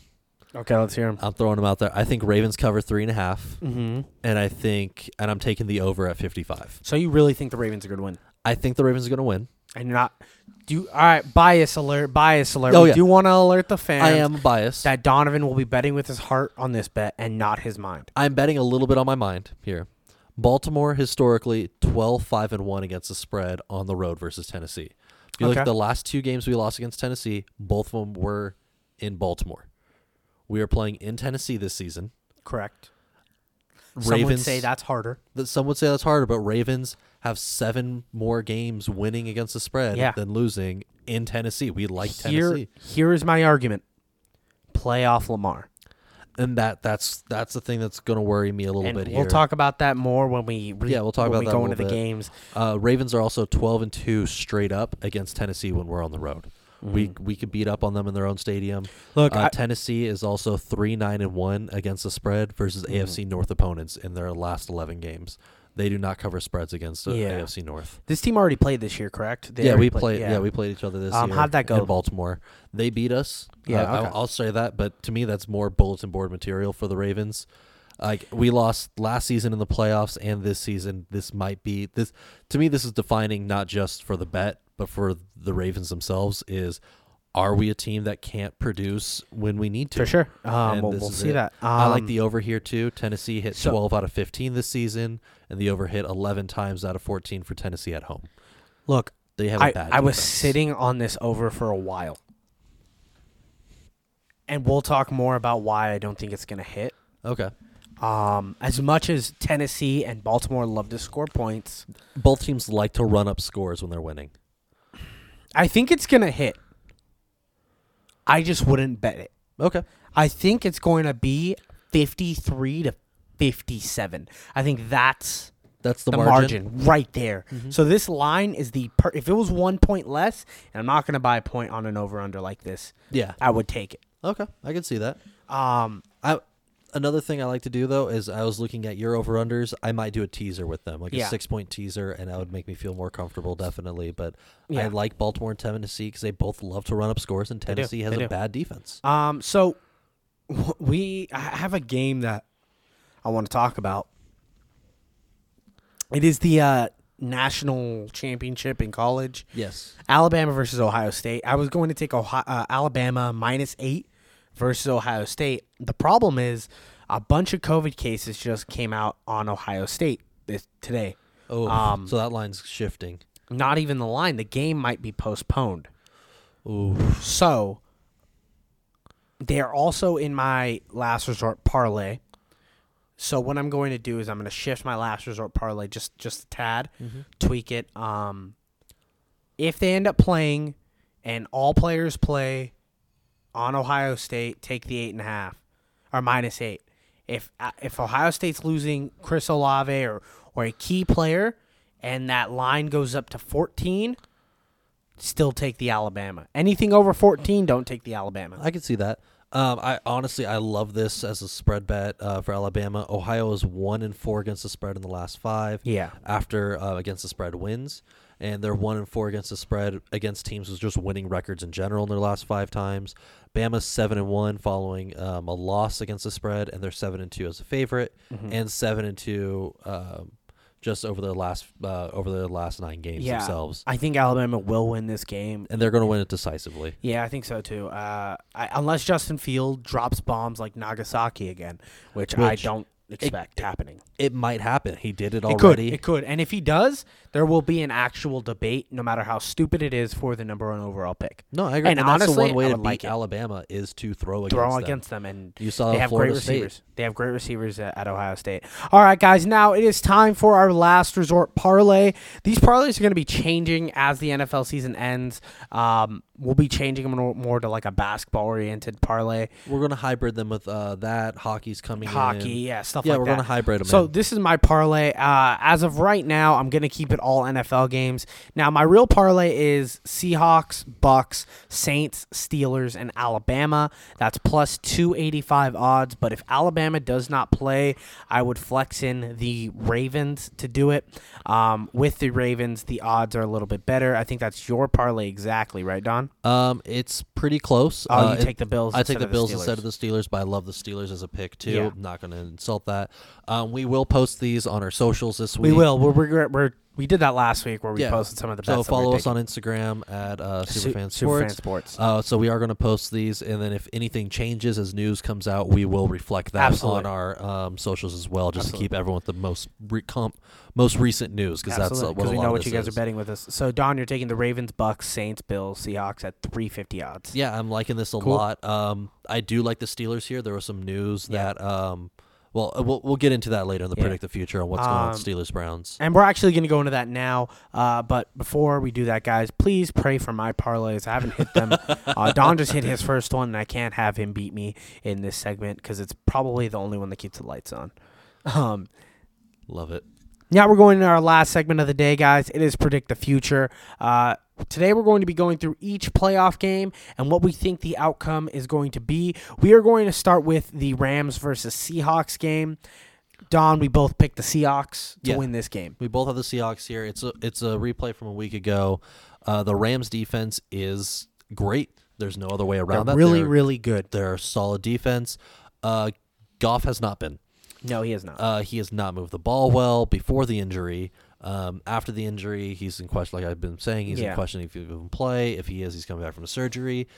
okay, let's hear him.
I'm throwing them out there. I think Ravens cover three and a half,
hmm
and I think, and I'm taking the over at 55.
So you really think the Ravens are going to win?
I think the Ravens are going to win.
And you're not do you, all right? Bias alert! Bias alert!
Oh,
we
yeah.
do want to alert the fans.
I am biased.
that Donovan will be betting with his heart on this bet and not his mind.
I'm betting a little bit on my mind here. Baltimore historically 12 5 and 1 against the spread on the road versus Tennessee. If you look at
Okay.
the last two games we lost against Tennessee, both of them were in Baltimore. We are playing in Tennessee this season.
Correct. Some would say that's harder.
that some would say that's harder, but Ravens have seven more games winning against the spread
Yeah.
than losing in Tennessee. We like
Here,
Tennessee.
here is my argument. Playoff Lamar.
And that that's that's the thing that's going to worry me a little
and
bit
we'll
here.
talk about that more when we re-
Yeah, we'll talk
when
about
we
that a
go
little
into the
bit.
games.
Uh, Ravens are also 12 and 2 straight up against Tennessee when we're on the road. We we could beat up on them in their own stadium.
Mm-hmm. Look,
uh,
I-
Tennessee is also 3 9 and 1 against the spread versus
Mm-hmm.
AFC North opponents in their last 11 games. They do not cover spreads against uh,
Yeah.
AFC North.
This team already played this year, correct? They
yeah,
already
we played. Yeah. we played each other this
Um,
year.
how'd that go?
In Baltimore, they beat us.
Yeah,
Uh, I-
okay.
I'll, say that. But to me, that's more bulletin board material for the Ravens. Like we lost last season in the playoffs, and this season, this might be this. To me, this is defining not just for the bet, but for the Ravens themselves. Is are we a team that can't produce when we need to?
for sure. Um,
And
we'll
this
we'll
is
see
it.
that. Um,
I like the over here too. Tennessee hit
so-
12 out of 15 this season, and the over hit 11 times out of 14 for Tennessee at home.
look.
They have a
I,
bad.
I was
defense.
sitting on this over for a while, and we'll talk more about why I don't think it's gonna hit.
Okay.
Um, as much as Tennessee and Baltimore love to score points,
both teams like to run up scores when they're winning.
I think it's gonna hit. I just wouldn't bet it.
Okay.
I think it's going to be 53 to 57. I think that's
That's the,
the
margin.
margin, right there. So this line is the per- if it was one point less, and I'm not going to buy a point on an over under like this.
Yeah.
I would take it.
Okay. I can see that.
Um,
I another thing I like to do though is I was looking at your over unders. I might do a teaser with them, like
Yeah.
a six point teaser, and that would make me feel more comfortable, definitely. But
Yeah.
I like Baltimore and Tennessee because they both love to run up scores, and
do.
Tennessee has
They do.
a bad defense.
um, so w- we I have a game that I want to talk about. It is the uh, national championship in college.
Yes.
Alabama versus Ohio State. I was going to take Ohio, uh, Alabama minus eight versus Ohio State. The problem is a bunch of COVID cases just came out on Ohio State this, today.
Oh,
Um,
so that line's shifting.
not even the line. The game might be postponed.
Ooh.
So they are also in my last resort parlay. So what I'm going to do is I'm going to shift my last resort parlay just just a tad, tweak it. Um, if they end up playing, and all players play on Ohio State, take the eight and a half or minus eight. If uh, if Ohio State's losing Chris Olave or or a key player, and that line goes up to 14, still take the Alabama. Anything over 14, don't take the Alabama.
I can see that. Um, I honestly, I love this as a spread bet uh, for Alabama. Ohio is one and four against the spread in the last five.
Yeah.
After uh, against the spread wins, and they're one and four against the spread against teams with just winning records in general in their last five times. Bama's seven and one following um, a loss against the spread, and they're seven and two as a favorite,
Mm-hmm.
and seven and two um, just over their last uh, over their last nine games
Yeah.
themselves,
I think Alabama will win this game.
and they're going to win it decisively.
Yeah, I think so too. Uh, I, unless Justin Field drops bombs like Nagasaki again, which, I
Which-
don't expect happening.
It might happen. He did it
It could.
already.
It could. And if he does, there will be an actual debate, no matter how stupid it is, for the number one overall pick.
No, I agree.
And
And, that's
honestly,
the one way
I
to
would
beat
like it.
Alabama is to throw against
Throw
them.
against them, and
You saw
they have
Florida
great
State.
receivers. They have great receivers at, at Ohio State. All right, guys. Now it is time for our last resort parlay. These parlays are going to be changing as the NFL season ends. Um, we'll be changing them more- more to like a basketball oriented parlay,
We're going to hybrid them with uh, that. Hockey's coming
hockey,
in.
yeah, stuff.
Yeah,
like
we're
that.
going to hybrid them
So
in.
this is my parlay. Uh, as of right now, I'm gonna keep it all NFL games. Now my real parlay is Seahawks, Bucks, Saints, Steelers, and Alabama. That's plus two eighty five odds. But if Alabama does not play, I would flex in the Ravens to do it. Um, with the Ravens, the odds are a little bit better. I think that's your parlay exactly, right, Don?
Um, it's pretty close.
Oh,
Uh,
you
it-
take the Bills.
I take
instead
the
of
Bills
Steelers.
instead of the Steelers, but I love the Steelers as a pick too.
Yeah.
I'm not going to insult that. Um, we will post these on our socials this
We
week.
will. We're, we're, we're we did that last week where we
Yeah.
posted some of the best.
So
that we're
follow us
taking.
on Instagram at uh,
Su-
Superfan
Superfan
Sports.
Sports.
Uh, so we are going to post these, and then if anything changes as news comes out, we will reflect that
Absolutely.
on our um, socials as well, just
Absolutely.
to keep everyone with the most re- comp- most recent news, because that's uh,
Absolutely,
what a
we
lot
know
of
what
this
you guys
is.
are betting with us. So Don, you're taking the Ravens, Bucks, Saints, Bills, Seahawks at 350 odds.
Yeah, I'm liking this a
Cool.
lot. Um, I do like the Steelers here. There was some news
Yeah.
that um, well, uh, we'll we'll get into that later in the
Yeah.
predict the future on what's going on
Um,
with Steelers Browns.
And we're actually going to go into that now. Uh, but before we do that, guys, please pray for my parlays. I haven't hit
*laughs*
them. uh, Don just hit his first one, and I can't have him beat me in this segment because it's probably the only one that keeps the lights on. Um,
Love it.
Now we're going to our last segment of the day, guys. It is predict the future. Uh, today we're going to be going through each playoff game and what we think the outcome is going to be. We are going to start with the Rams versus Seahawks game. Don, we both picked the Seahawks to
Yeah.
win this game.
We both have the Seahawks here. It's a it's a replay from a week ago. Uh, the Rams defense is great. There's no other way
They're
around that.
really,
They're-
really good.
They're a solid defense. Uh, Goff has not been.
No, he is not.
Uh, he has not moved the ball well before the injury. Um, after the injury, he's in question. Like I've been saying, he's
Yeah.
in question if he can play. If he is, he's coming back from surgery.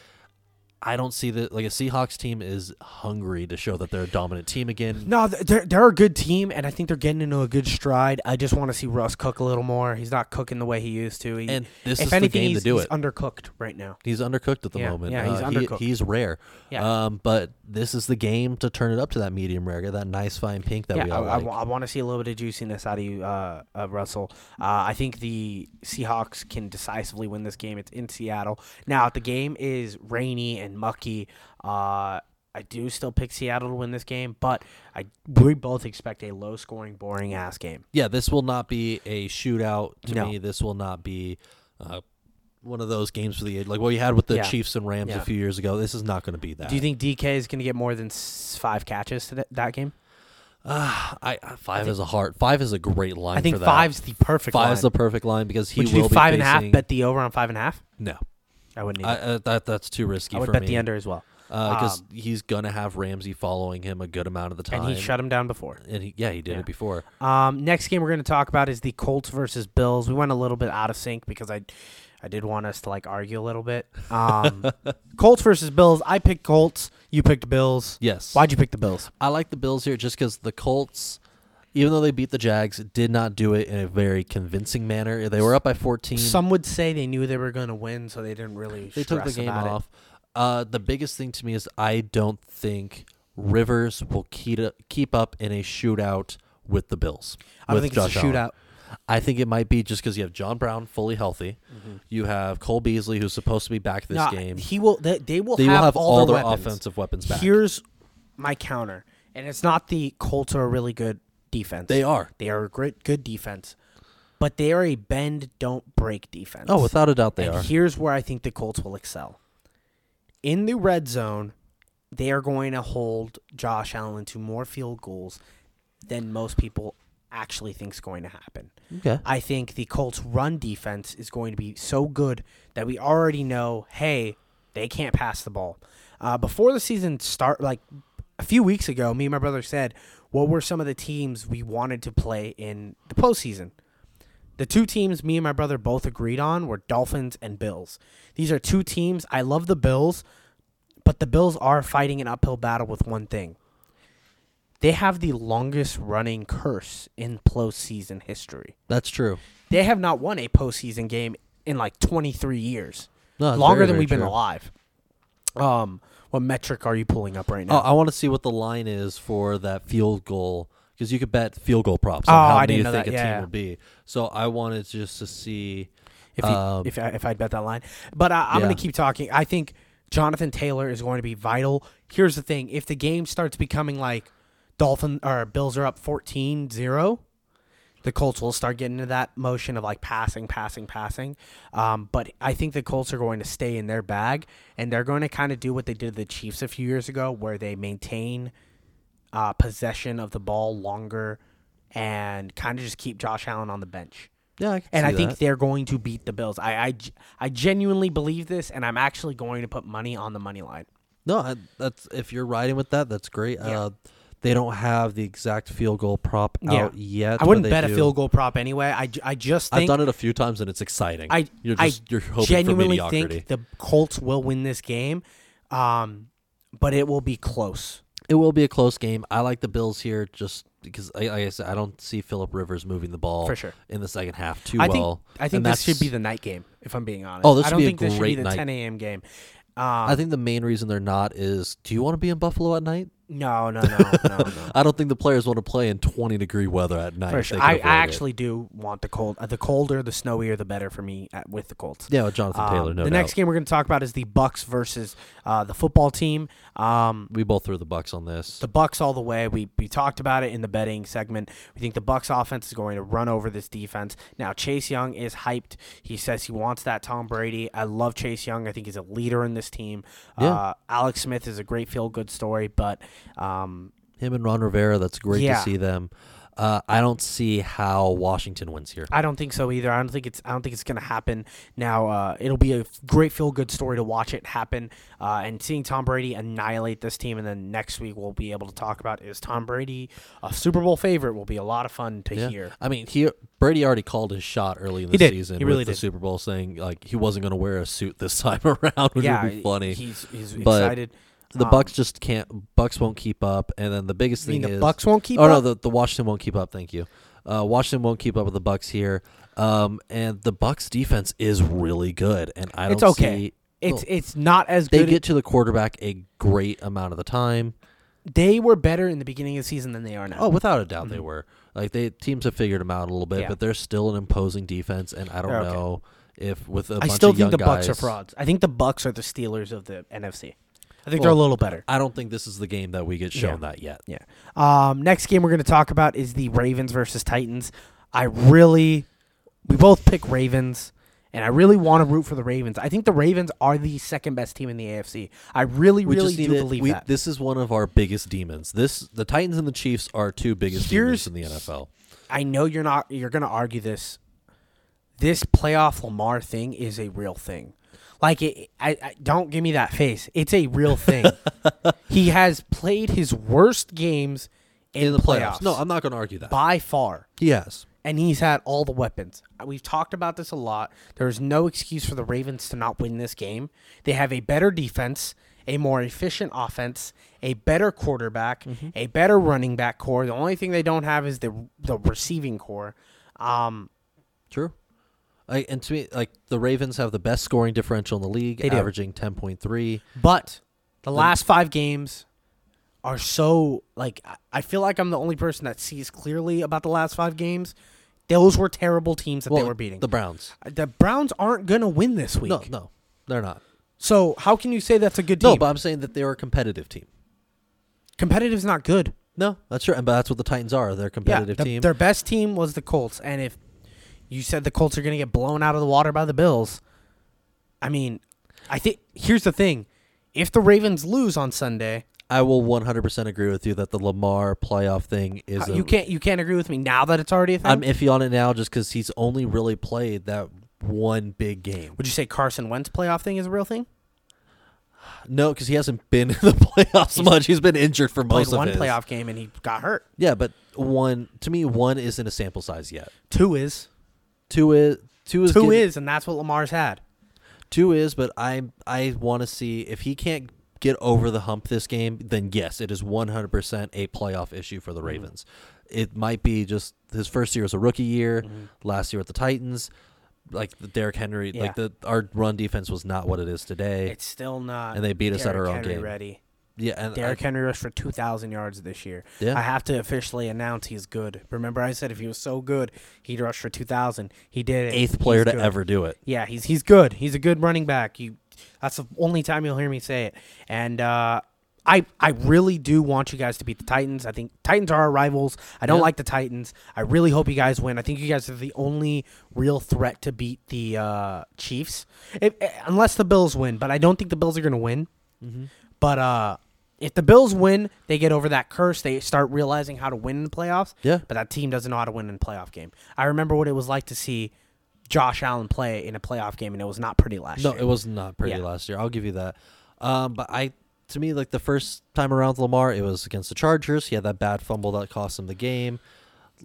I don't see that. Like a Seahawks team is hungry to show that they're a dominant
*laughs*
team again.
No, th- they're, they're a good team, and I think they're getting into a good stride. I just want to see Russ cook a little more. He's not cooking the way he used to. He,
And this
if
is
anything,
the game
he's,
to do
he's
it.
undercooked right now.
He's undercooked at the
Yeah,
moment.
yeah, he's
Uh, he-
undercooked.
he's rare.
Yeah.
Um, but this is the game to turn it up to that medium rare, that nice fine pink that we
I,
all
I
like.
wa- I want to see a little bit of juiciness out of you, uh, uh, Russell. Uh, I think the Seahawks can decisively win this game. It's in Seattle. Now, if the game is rainy and mucky, uh, I do still pick Seattle to win this game, but I we both expect a low-scoring, boring-ass game.
yeah, this will not be a shootout to
No.
me. This will not be uh, one of those games for the age, like what we had with the
Yeah.
Chiefs and Rams
Yeah.
a few years ago. This is not going to be that.
Do you think DK is going to get more than s- five catches to that that game?
Ah, I, I- five is a hard. Five is a great line.
I think
for that.
five's the perfect
Five's
line.
the perfect line because he
Would you do
will be
five and a half?
facing-
Bet the over on five and a half?
no,
I wouldn't.
I,
Either.
uh, that that's too risky
I would
for
bet
me.
the under as well,
because
Um,
he's gonna have Ramsey following him a good amount of the time.
and he shut him down before.
And he, yeah, he did
Yeah.
it before.
Um, next game we're going to talk about is the Colts versus Bills. We went a little bit out of sync because I, I did want us to like argue a little bit. *laughs* Um, Colts versus Bills. I picked Colts. You picked Bills.
Yes.
Why'd you pick the Bills?
I like the Bills here just because the Colts. even though they beat the Jags, did not do it in a very convincing manner. They were up by 14.
Some would say they knew they were going to win, so they didn't really.
they took the
stress
game
about it.
off. Uh, the biggest thing to me is I don't think Rivers will keep keep up in a shootout with the Bills.
I don't
with
think it's a
Josh Allen.
shootout.
I think it might be just because you have John Brown fully healthy.
Mm-hmm.
You have Cole Beasley, who's supposed to be back this
No,
game.
he will. They, they will.
They
have
will have
all,
all
their,
their
weapons.
offensive weapons back.
Here's my counter, and it's not the Colts are a really good defense.
They are.
They are a great, good defense, but they are a bend don't break defense.
Oh, without a doubt, they
and
are.
here's where I think the Colts will excel. In the red zone, they are going to hold Josh Allen to more field goals than most people actually think's going to happen.
okay.
I think the Colts' run defense is going to be so good that we already know, hey, they can't pass the ball. Uh, before the season start, like a few weeks ago, me and my brother said, what were some of the teams we wanted to play in the postseason? The two teams me and my brother both agreed on were Dolphins and Bills. These are two teams. I love the Bills, but the Bills are fighting an uphill battle with one thing. They have the longest running curse in postseason history
That's true.
they have not won a postseason game in like 23 years,
No, it's
longer
very,
than
very
we've been
true.
alive. Um, what metric are you pulling up right
Oh,
now?
I want to see what the line is for that field goal because you could bet field goal props
Oh,
on how
I
many
didn't
you
know
think
that.
a
Yeah.
team will be. So I wanted just to see.
if you,
um,
if I, if I'd bet that line, but I, I'm
yeah.
going to keep talking. I think Jonathan Taylor is going to be vital. Here's the thing: if the game starts becoming like Dolphin or Bills are up 14-0, the Colts will start getting into that motion of like passing, passing, passing. Um, but I think the Colts are going to stay in their bag and they're going to kind of do what they did to the Chiefs a few years ago, where they maintain uh, possession of the ball longer and kind of just keep Josh Allen on the bench.
Yeah, I can
And
see
I think
that.
they're going to beat the Bills. I, I, g- I genuinely believe this, and I'm actually going to put money on the money line.
No, I, that's if you're riding with that, that's great. Uh, they don't have the exact field goal prop
Yeah.
out yet.
I
but
wouldn't
they
bet a
do.
field goal prop anyway. I, j- I just
I've
think
done it a few times and it's exciting.
I
you're
I
just you're hoping for
genuinely
mediocrity.
think the Colts will win this game, um, but it will be close.
it will be a close game. I like the Bills here just because I, like I said I don't see Philip Rivers moving the ball
For sure.
in the second half too
I think
well.
I think
and
this should
that's-
be the night game. If I'm being honest,
Oh, this
I
should
don't
be a
think this should be
great
the
night.
10 a.m. game.
I
Um,
think the main reason they're not is do you want to be in Buffalo at night?
no, no, no,
*laughs*
no, no.
I don't think the players want to play in 20 degree weather at night.
For
if
sure.
they can
I, I
avoid it.
actually do want the cold. Uh, the colder, the snowier, the better for me at, with the Colts.
yeah, with Jonathan Taylor.
Um,
No
the
doubt.
next game we're going to talk about is the Bucks versus uh, the football team. Um,
we both threw the Bucks on this.
the Bucks all the way. We we talked about it in the betting segment. We think the Bucks offense is going to run over this defense. Now Chase Young is hyped. He says he wants that Tom Brady. I love Chase Young. I think he's a leader in this team.
Yeah.
Uh, Alex Smith is a great feel good story, but um,
Him and Ron Rivera. That's great
Yeah.
to see them. Uh, I don't see how Washington wins here.
I don't think so either. I don't think it's I don't think it's going to happen. Now uh, it'll be a f- great feel good story to watch it happen, uh, and seeing Tom Brady annihilate this team. And then next week we'll be able to talk about is Tom Brady a Super Bowl favorite? Will be a lot of fun to
Yeah.
hear.
I mean, he Brady already called his shot early in the
did.
season
He really
with
did.
the Super Bowl, saying like he wasn't going to wear a suit this *laughs* time around, which would be funny.
He's he's
But
excited.
the
um,
Bucks just can't. Bucks won't keep up, and then the biggest
I mean,
thing
the
is
Bucks won't keep
oh
up.
no, the, the Washington won't keep up. Thank you. Uh, Washington won't keep up with the Bucks here, um, and the Bucks defense is really good, and I don't.
it's okay.
see-
it's
well,
it's not as
they
good.
get to the quarterback a great amount of the time.
they were better in the beginning of the season than they are now.
Oh, without a doubt, they were. Like they teams have figured them out a little bit,
Yeah.
but they're still an imposing defense, and I don't
They're okay.
know if with a
I
bunch
still
of young
think the Bucks are
guys-
frauds. I think the Bucks are the Steelers of the NFC. I think they're a
Well,
little better.
I don't think this is the game that we get shown
Yeah.
that yet.
Yeah. Um, next game we're going to talk about is the Ravens versus Titans. I really, we both pick Ravens, and I really want to root for the Ravens. I think the Ravens are the second best team in the AFC. I really,
We
really
just need
do
to-
believe
we-
that.
This is one of our biggest demons. This the Titans and the Chiefs are two biggest
Here's-
demons in the NFL.
I know you're not you're gonna argue this. This playoff Lamar thing is a real thing. Like it, I, I don't give me that face. It's a real
*laughs*
thing. he has played his worst games in, the playoffs,
No, I'm not going to argue that.
by far,
Yes.
and he's had all the weapons. We've talked about this a lot. There's no excuse for the Ravens to not win this game. They have a better defense, a more efficient offense, a better quarterback,
Mm-hmm.
a better running back core. The only thing they don't have is the the receiving core. Um,
True. I, and to me, like the Ravens have the best scoring differential in the league,
They do.
averaging ten point three.
but the last five games are so like I- I feel like I'm the only person that sees clearly about the last five games. Those were terrible teams that they were beating.
the
The,
Browns.
Browns aren't gonna win this week.
No, no, they're not.
So how can you say that's a good team?
No, but I'm saying that they are a competitive team.
competitive's not good.
No, that's true. And but that's what the Titans are. They're a competitive
the-
team.
Their best team was the Colts, and if you said the Colts are going to get blown out of the water by the Bills, I mean, I think here's the thing: if the Ravens lose on Sunday,
I will 100% agree with you that the Lamar playoff thing is. a,
uh, you can't you can't agree with me now that it's already a thing.
I'm iffy on it now, just because he's only really played that one big game.
Would you say Carson Wentz playoff thing is a real thing?
No, because he hasn't been *laughs* in the playoffs much. He's been injured for
Played
most of
one
his.
playoff game and he got hurt.
Yeah, but one to me, one isn't a sample size yet.
Two is
Two is two is
two
getting-
is, and that's what Lamar's had.
Two is, but I I want to see if he can't get over the hump this game. Then yes, it is one hundred percent a playoff issue for the
Mm-hmm.
Ravens. It might be just his first year as a rookie year,
Mm-hmm.
last year with the Titans. Like the Derrick Henry, like
Yeah.
the our run defense was not what it is today.
It's still not.
And they beat us at
Derrick
our own
Henry
game.
Ready.
yeah, and
Derrick
I,
Henry rushed for 2,000 yards this year.
Yeah.
I have to officially announce he's good. Remember, I said if he was so good, he'd rush for 2,000. He did it.
eighth player
He's
to
good.
ever do it.
Yeah, he's he's good. He's a good running back. You, that's the only time you'll hear me say it. And uh, I I really do want you guys to beat the Titans. I think Titans are our rivals. I don't
Yeah.
like the Titans. I really hope you guys win. I think you guys are the only real threat to beat the uh, Chiefs, if, eh, unless the Bills win. But I don't think the Bills are going to win.
Mm-hmm.
But uh, if the Bills win, they get over that curse. They start realizing how to win in the playoffs.
Yeah.
But that team doesn't know how to win in a playoff game. I remember what it was like to see Josh Allen play in a playoff game, and it was not pretty last
No,
year.
it was not pretty
Yeah.
last year. I'll give you that. Um, but I, to me, like the first time around with Lamar, it was against the Chargers. He had that bad fumble that cost him the game.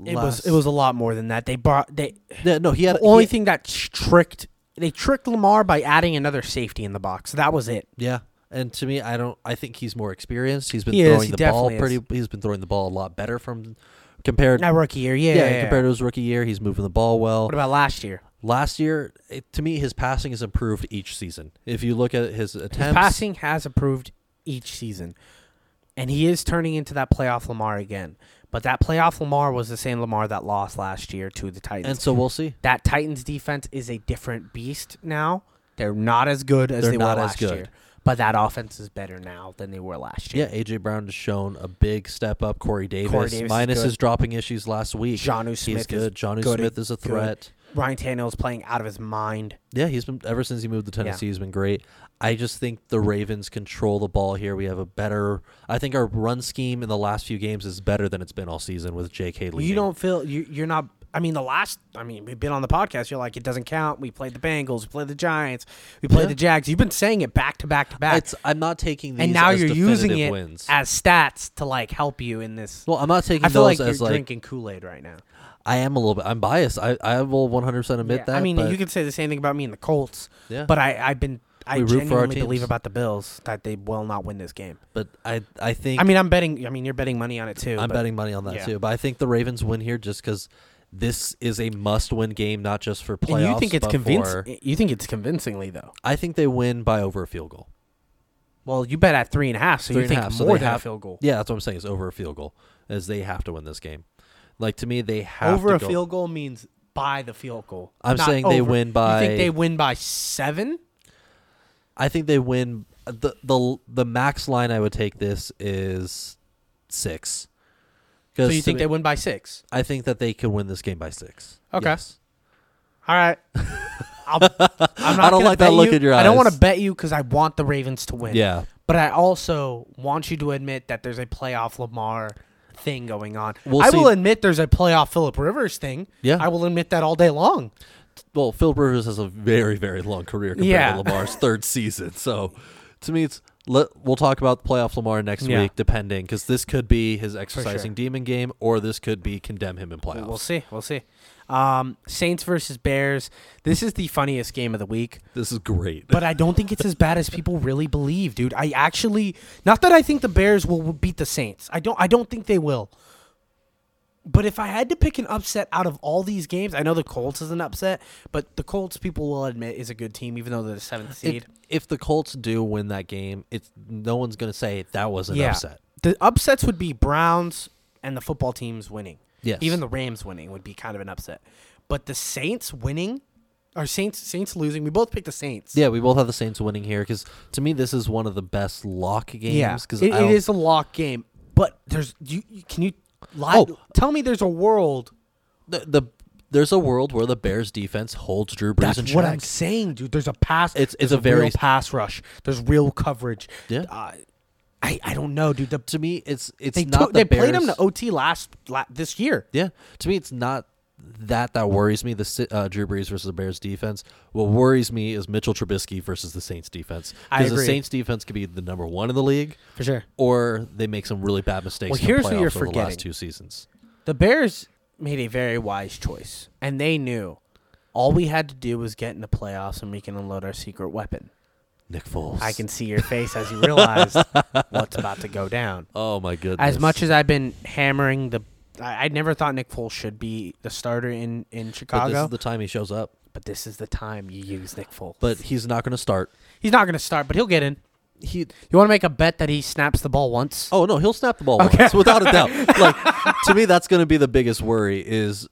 It was it was a lot more than that. They brought they
Yeah, no, he had
the only
he-
thing that sh- tricked they tricked Lamar by adding another safety in the box. That was it.
Yeah, and to me, I don't. I think he's more experienced. He's been
He is,
throwing
he
the ball
definitely
pretty. He's been throwing the ball a lot better from compared.
That rookie year, yeah.
yeah,
yeah, yeah.
compared to his rookie year, he's moving the ball well.
what about last year?
Last year, it, to me, his passing has improved each season. If you look at his attempts,
His passing has improved each season, and he is turning into that playoff Lamar again. But that playoff Lamar was the same Lamar that lost last year to the Titans.
and so we'll see.
that Titans defense is a different beast now. They're not as good as
They're
they
not
were
as
last
good.
year, but that offense is better now than they were last
Yeah,
year.
AJ Brown has shown a big step up. Corey Davis,
Davis is
minus
good.
his dropping issues last week.
Jonu
he's
Smith
good.
is
Jonu
good-
Smith is a
good.
threat.
Ryan Tannehill's playing out of his mind.
Yeah, he's been ever since he moved to
Yeah.
Tennessee.
Mm.
He's been great. I just think the Ravens control the ball here. We have a better. I think our run scheme in the last few games is better than it's been all season with J.K. leading.
You don't feel you, you're not. I mean, the last. I mean, we've been on the podcast. You're like, it doesn't count. We played the Bengals. We played the Giants. We played
Yeah.
the Jags. You've been saying it back to back to back.
It's, I'm not taking these.
and now
as
you're using
definitive
it
wins.
as stats to like help you in this.
well, I'm not taking
I feel like
those
you're
as like
drinking Kool Aid right now.
I am a little bit. I'm biased. I, I will 100 percent admit
Yeah,
that.
I mean,
but
you could say the same thing about me and the Colts.
Yeah.
But I, I've been. I
We root for our
genuinely believe
teams.
about the Bills that they will not win this game.
but I I think
I mean, I'm betting. I mean, you're betting money on it too.
I'm
but
betting money on that
yeah.
too. But I think the Ravens win here just because this is a must-win game, not just for playoffs.
And you think it's
but for-
convincing? You think it's convincingly though.
I think they win by over a field goal.
Well, you bet at three and a half, so you
Three and a
think
half, so
more
they
than a
have-
field goal.
Yeah, that's what I'm saying. Is over a field goal, as they have to win this game. Like to me, they have
Over
to
a
go-
field goal means by the field goal.
I'm
not
saying they
over.
win
You
by-
think they win by seven?
I think they win. uh, the the The max line I would take this is six.
So
'Cause
you
to
think
me-
they win by six?
I think that they can win this game by six.
Okay.
Yes.
All right.
*laughs*
I'll, I'm not
I don't
gonna
like that
bet
look
you.
in your
I don't want
eyes.
to bet you because I want the Ravens to win.
Yeah.
But I also want you to admit that there's a playoff Lamar thing going on.
We'll
I will
see.
admit there's a playoff Philip Rivers thing.
Yeah.
I will admit that all day long.
Well, Phil Rivers has a very very long career compared
Yeah.
to
*laughs*
Lamar's third season. So, to me, it's let, we'll talk about playoff Lamar next
Yeah.
week, depending because this could be his exercising demon game, or this could be condemn him in playoffs.
We'll see. We'll see. Um, Saints versus Bears. This is the funniest game of the week,
This is great.
but I don't think it's as bad as people really believe, dude. I actually, not that I think the Bears will beat the Saints. I don't. I don't think they will. But if I had to pick an upset out of all these games, I know the Colts is an upset, but the Colts, people will admit, is a good team, even though they're the seventh seed.
if, if the Colts do win that game, it's no one's gonna say that was an upset.
The upsets would be Browns and the football teams winning.
Yes.
Even the Rams winning would be kind of an upset. But the Saints winning or Saints Saints losing, we both picked the Saints.
Yeah, we both have the Saints winning here because to me this is one of the best lock
Yeah.
games because
It, it is a lock game, but there's you, you can you lie
Oh.
tell me there's a world
the, the there's a world where the Bears defense holds Drew Brees in
That's what I'm
check.
saying, dude. There's a pass.
It's- it's
there's
a very-
real pass rush. There's real coverage.
Yeah.
Uh, I I don't know, dude. The,
To me, it's it's
they
not
took,
the
they
Bears.
played them to OT last, la this year.
Yeah, to me, it's not that that worries me. The Si- uh, Drew Brees versus the Bears defense. What worries me is Mitchell Trubisky versus the Saints defense.
I
Because the
agree.
Saints defense could be the number one in the league,
For sure.
or they make some really bad mistakes.
Well,
in the
here's what
playoffs
you're
over the
forgetting.
last two seasons.
The Bears made a very wise choice, and they knew all we had to do was get in the playoffs and we can unload our secret weapon.
Nick Foles.
I can see your face as you
*laughs*
realize what's about to go down.
Oh my goodness.
As much as I've been hammering the, I, I never thought Nick Foles should be the starter in in
but this
Chicago,
is the time he shows up.
the time you use Nick Foles.
But he's not going to start.
he's not going to start, but he'll get in.
He.
You want to make a bet that he snaps the ball once?
Oh no, he'll snap the
*laughs*
ball once without a doubt. Like to me, that's going to be the biggest worry is.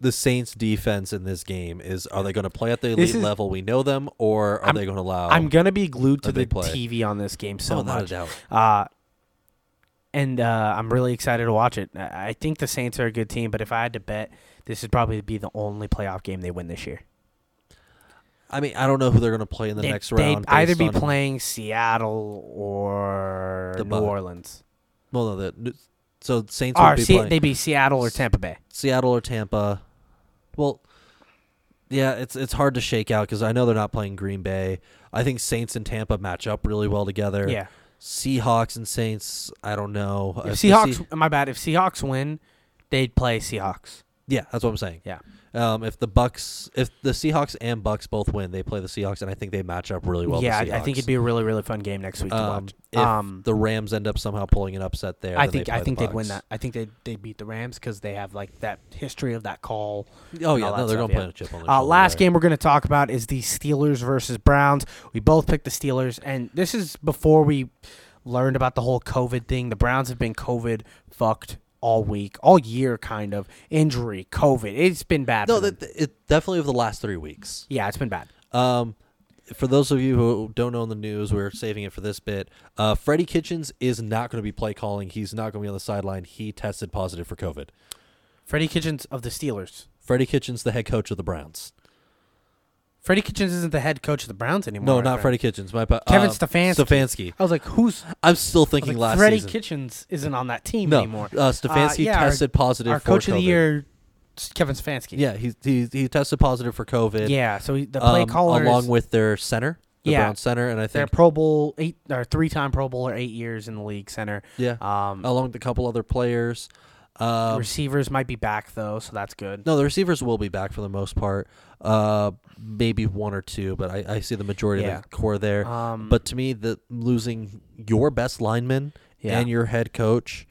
The Saints' defense in this game is: Are they going to play at the elite
This is-
level we know them, or are they going to allow?
I'm going to be glued to
a
the
big play.
TV on this game so
Oh,
much.
without a doubt.
Uh, and uh, I'm really excited to watch it. I I think the Saints are a good team, but if I had to bet, this would probably be the only playoff game they win this year.
I mean, I don't know who they're going to play in the
they,
next
they'd
round.
either
based
be
on-
playing Seattle or
The
New
Buc-
Orleans.
Well, no, the so Saints
Or
would be
Se-
playing
they'd be Seattle or Tampa Bay.
Seattle or Tampa. Well, yeah, it's it's hard to shake out because I know they're not playing Green Bay. I think Saints and Tampa match up really well together.
Yeah.
Seahawks and Saints. I don't know.
If
If Uh, the
Seahawks,
Se-
my bad. If Seahawks win, they'd play Seahawks.
yeah, that's what I'm saying.
Yeah.
Um, if the Bucks, if the Seahawks and Bucks both win, they play the Seahawks, and I think they match up really well.
yeah,
the
I, I think
Seahawks.
it'd be a really, really fun game next week to
Um,
watch.
if
um,
the Rams end up somehow pulling an upset there.
I
then they
think I
play the
think they'd win
Bucks.
that. I think they they beat the Rams because they have like that history of that call.
Oh
and
yeah,
all
no,
that
they're
stuff,
gonna play
yeah.
a chip on their
Uh,
shoulder
last
there.
game we're going to talk about is the Steelers versus Browns. We both picked the Steelers, and this is before we learned about the whole COVID thing. The Browns have been COVID fucked all week, all year, kind of injury, COVID. It's been bad.
No,
for them.
that, it definitely over the last three weeks.
yeah, it's been bad.
Um, for those of you who don't know in the news, we're saving it for this bit. Uh, Freddie Kitchens is not going to be play calling. He's not going to be on the sideline. He tested positive for COVID.
Freddie Kitchens of the Steelers.
Freddie Kitchens, the head coach of the Browns.
Freddie Kitchens isn't the head coach of the Browns anymore.
No,
my
not
friend.
Freddie Kitchens. My pa-
Kevin
uh,
Stefanski.
Stefanski.
I was like, who's
I'm still
I was
thinking
like,
last
Freddie
season.
Kitchens isn't on that team
no,
anymore.
Uh, Stefanski
yeah, our-
tested positive.
Our
for
coach of the
COVID.
year, s- Kevin Stefanski.
Yeah, he, he he tested positive for COVID.
yeah. So he- the play
um,
callers,
along with their center, the
Yeah.
Browns center, and I
their
think
Pro Bowl eight or three time Pro Bowler, eight years in the league center.
yeah,
Um,
along with a couple other players. Um,
receivers might be back though, so that's good.
no, the receivers will be back for the most part. Uh, maybe one or two, but I, I see the majority
Yeah.
of the core there.
Um,
but to me, the losing your best lineman
Yeah.
and your head coach,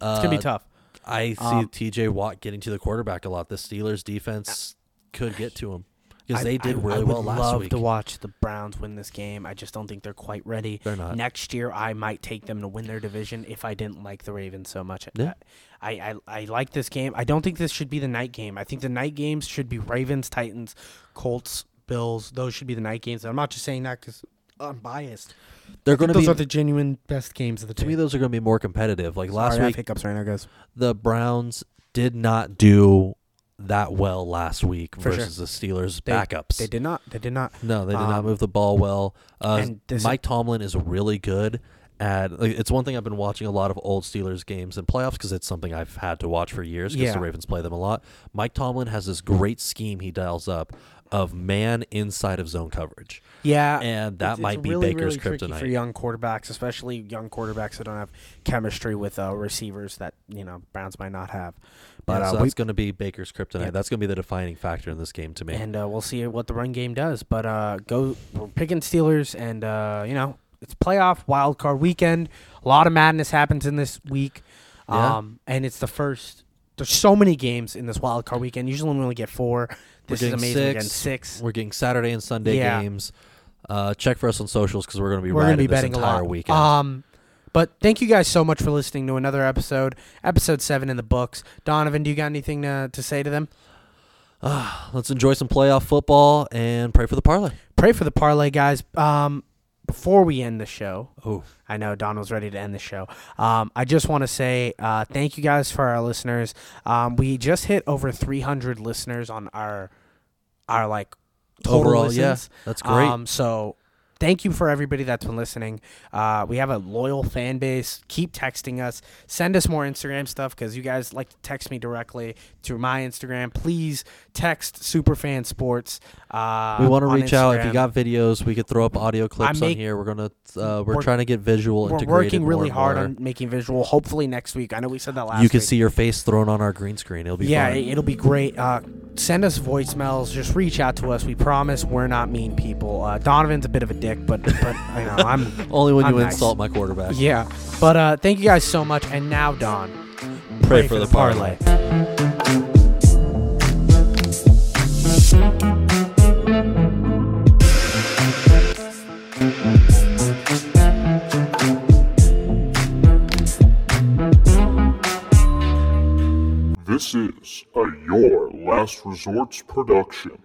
uh,
it's gonna be tough.
I see
Um,
T.J. Watt getting to the quarterback a lot. The Steelers defense could get to him because
I-
they did
I-
really
I would
well last
love
week.
to watch the Browns win this game. I just don't think they're quite ready.
They're not.
Next year, I might take them to win their division if I didn't like the Ravens so much.
Yeah.
I, I, I like this game. I don't think this should be the night game. I think the night games should be Ravens, Titans, Colts, Bills. Those should be the night games. I'm not just saying that because I'm biased.
They're
I think
going to
those
be
are the genuine best games of the
to me.
day.
Those are going to be more competitive. Like last
Sorry, I have
week,
hiccups right now, guys.
the Browns did not do that well last week
For sure.
versus the Steelers
They-
backups.
They did not. They did not.
No, they did not
Um,
move the ball well. Uh,
and this-
Mike Tomlin is really good at. Like, it's one thing I've been watching a lot of old Steelers games and playoffs because it's something I've had to watch for years because
Yeah.
the Ravens play them a lot. Mike Tomlin has this great scheme he dials up of man inside of zone coverage.
Yeah,
And that
Uh, it's-
might
it's
be
really,
Baker's
really tricky for
kryptonite.
young quarterbacks, especially young quarterbacks that don't have chemistry with uh, receivers that you know Browns might not have. But
But
uh,
so
we
that's going to be Baker's kryptonite.
Yeah.
That's going to be the defining factor in this game to me.
and uh, we'll see what the run game does. But uh, go we're picking Steelers, and uh, you know it's playoff wild card weekend. A lot of madness happens in this week,
Yeah.
um, and it's the first. There's so many games in this wild card weekend. Usually we only get four. This is
getting
amazing.
six.
Again, six.
We're getting Saturday and Sunday
Yeah.
games. Uh, check for us on socials because we're going to be
we're gonna
riding
be
this
betting a
entire
lot.
weekend.
Um, but thank you guys so much for listening to another episode, episode seven in the books. Donovan, do you got anything to, to say to them?
Let's enjoy some playoff football and pray for the parlay.
Pray for the parlay, guys. Um, before we end the show,
Oh,
I know Don was ready to end the show. Um, I just want to say uh, thank you guys for our listeners. Um, we just hit over 300 listeners on our our like total
overall,
listens.
yeah, that's great.
Um, so thank you for everybody that's been listening. Uh, we have a loyal fan base. Keep texting us. Send us more Instagram stuff because you guys like to text me directly through my Instagram. Please text Superfan Sports. Uh,
we want to
on
reach out. If
Instagram.
you got videos, we could throw up audio clips on
make-
here. We're gonna uh, we're,
we're-
trying to get visual
We're
integrated.
working
more
really
and
hard
more.
on making visual. Hopefully next week. I know we said that last.
You can
week.
see your face thrown on our green screen. It'll be
Yeah,
fun.
it- it'll be great. Uh, send us voicemails. Just reach out to us. We promise we're not mean people. Uh, Donovan's a bit of a dick, but but I know I'm
*laughs* Only when
I'm
you
nice.
insult my quarterback.
Yeah. But uh, thank you guys so much. And now, Don,
Pray, for, the parlay.
This is a Your Last Resorts production.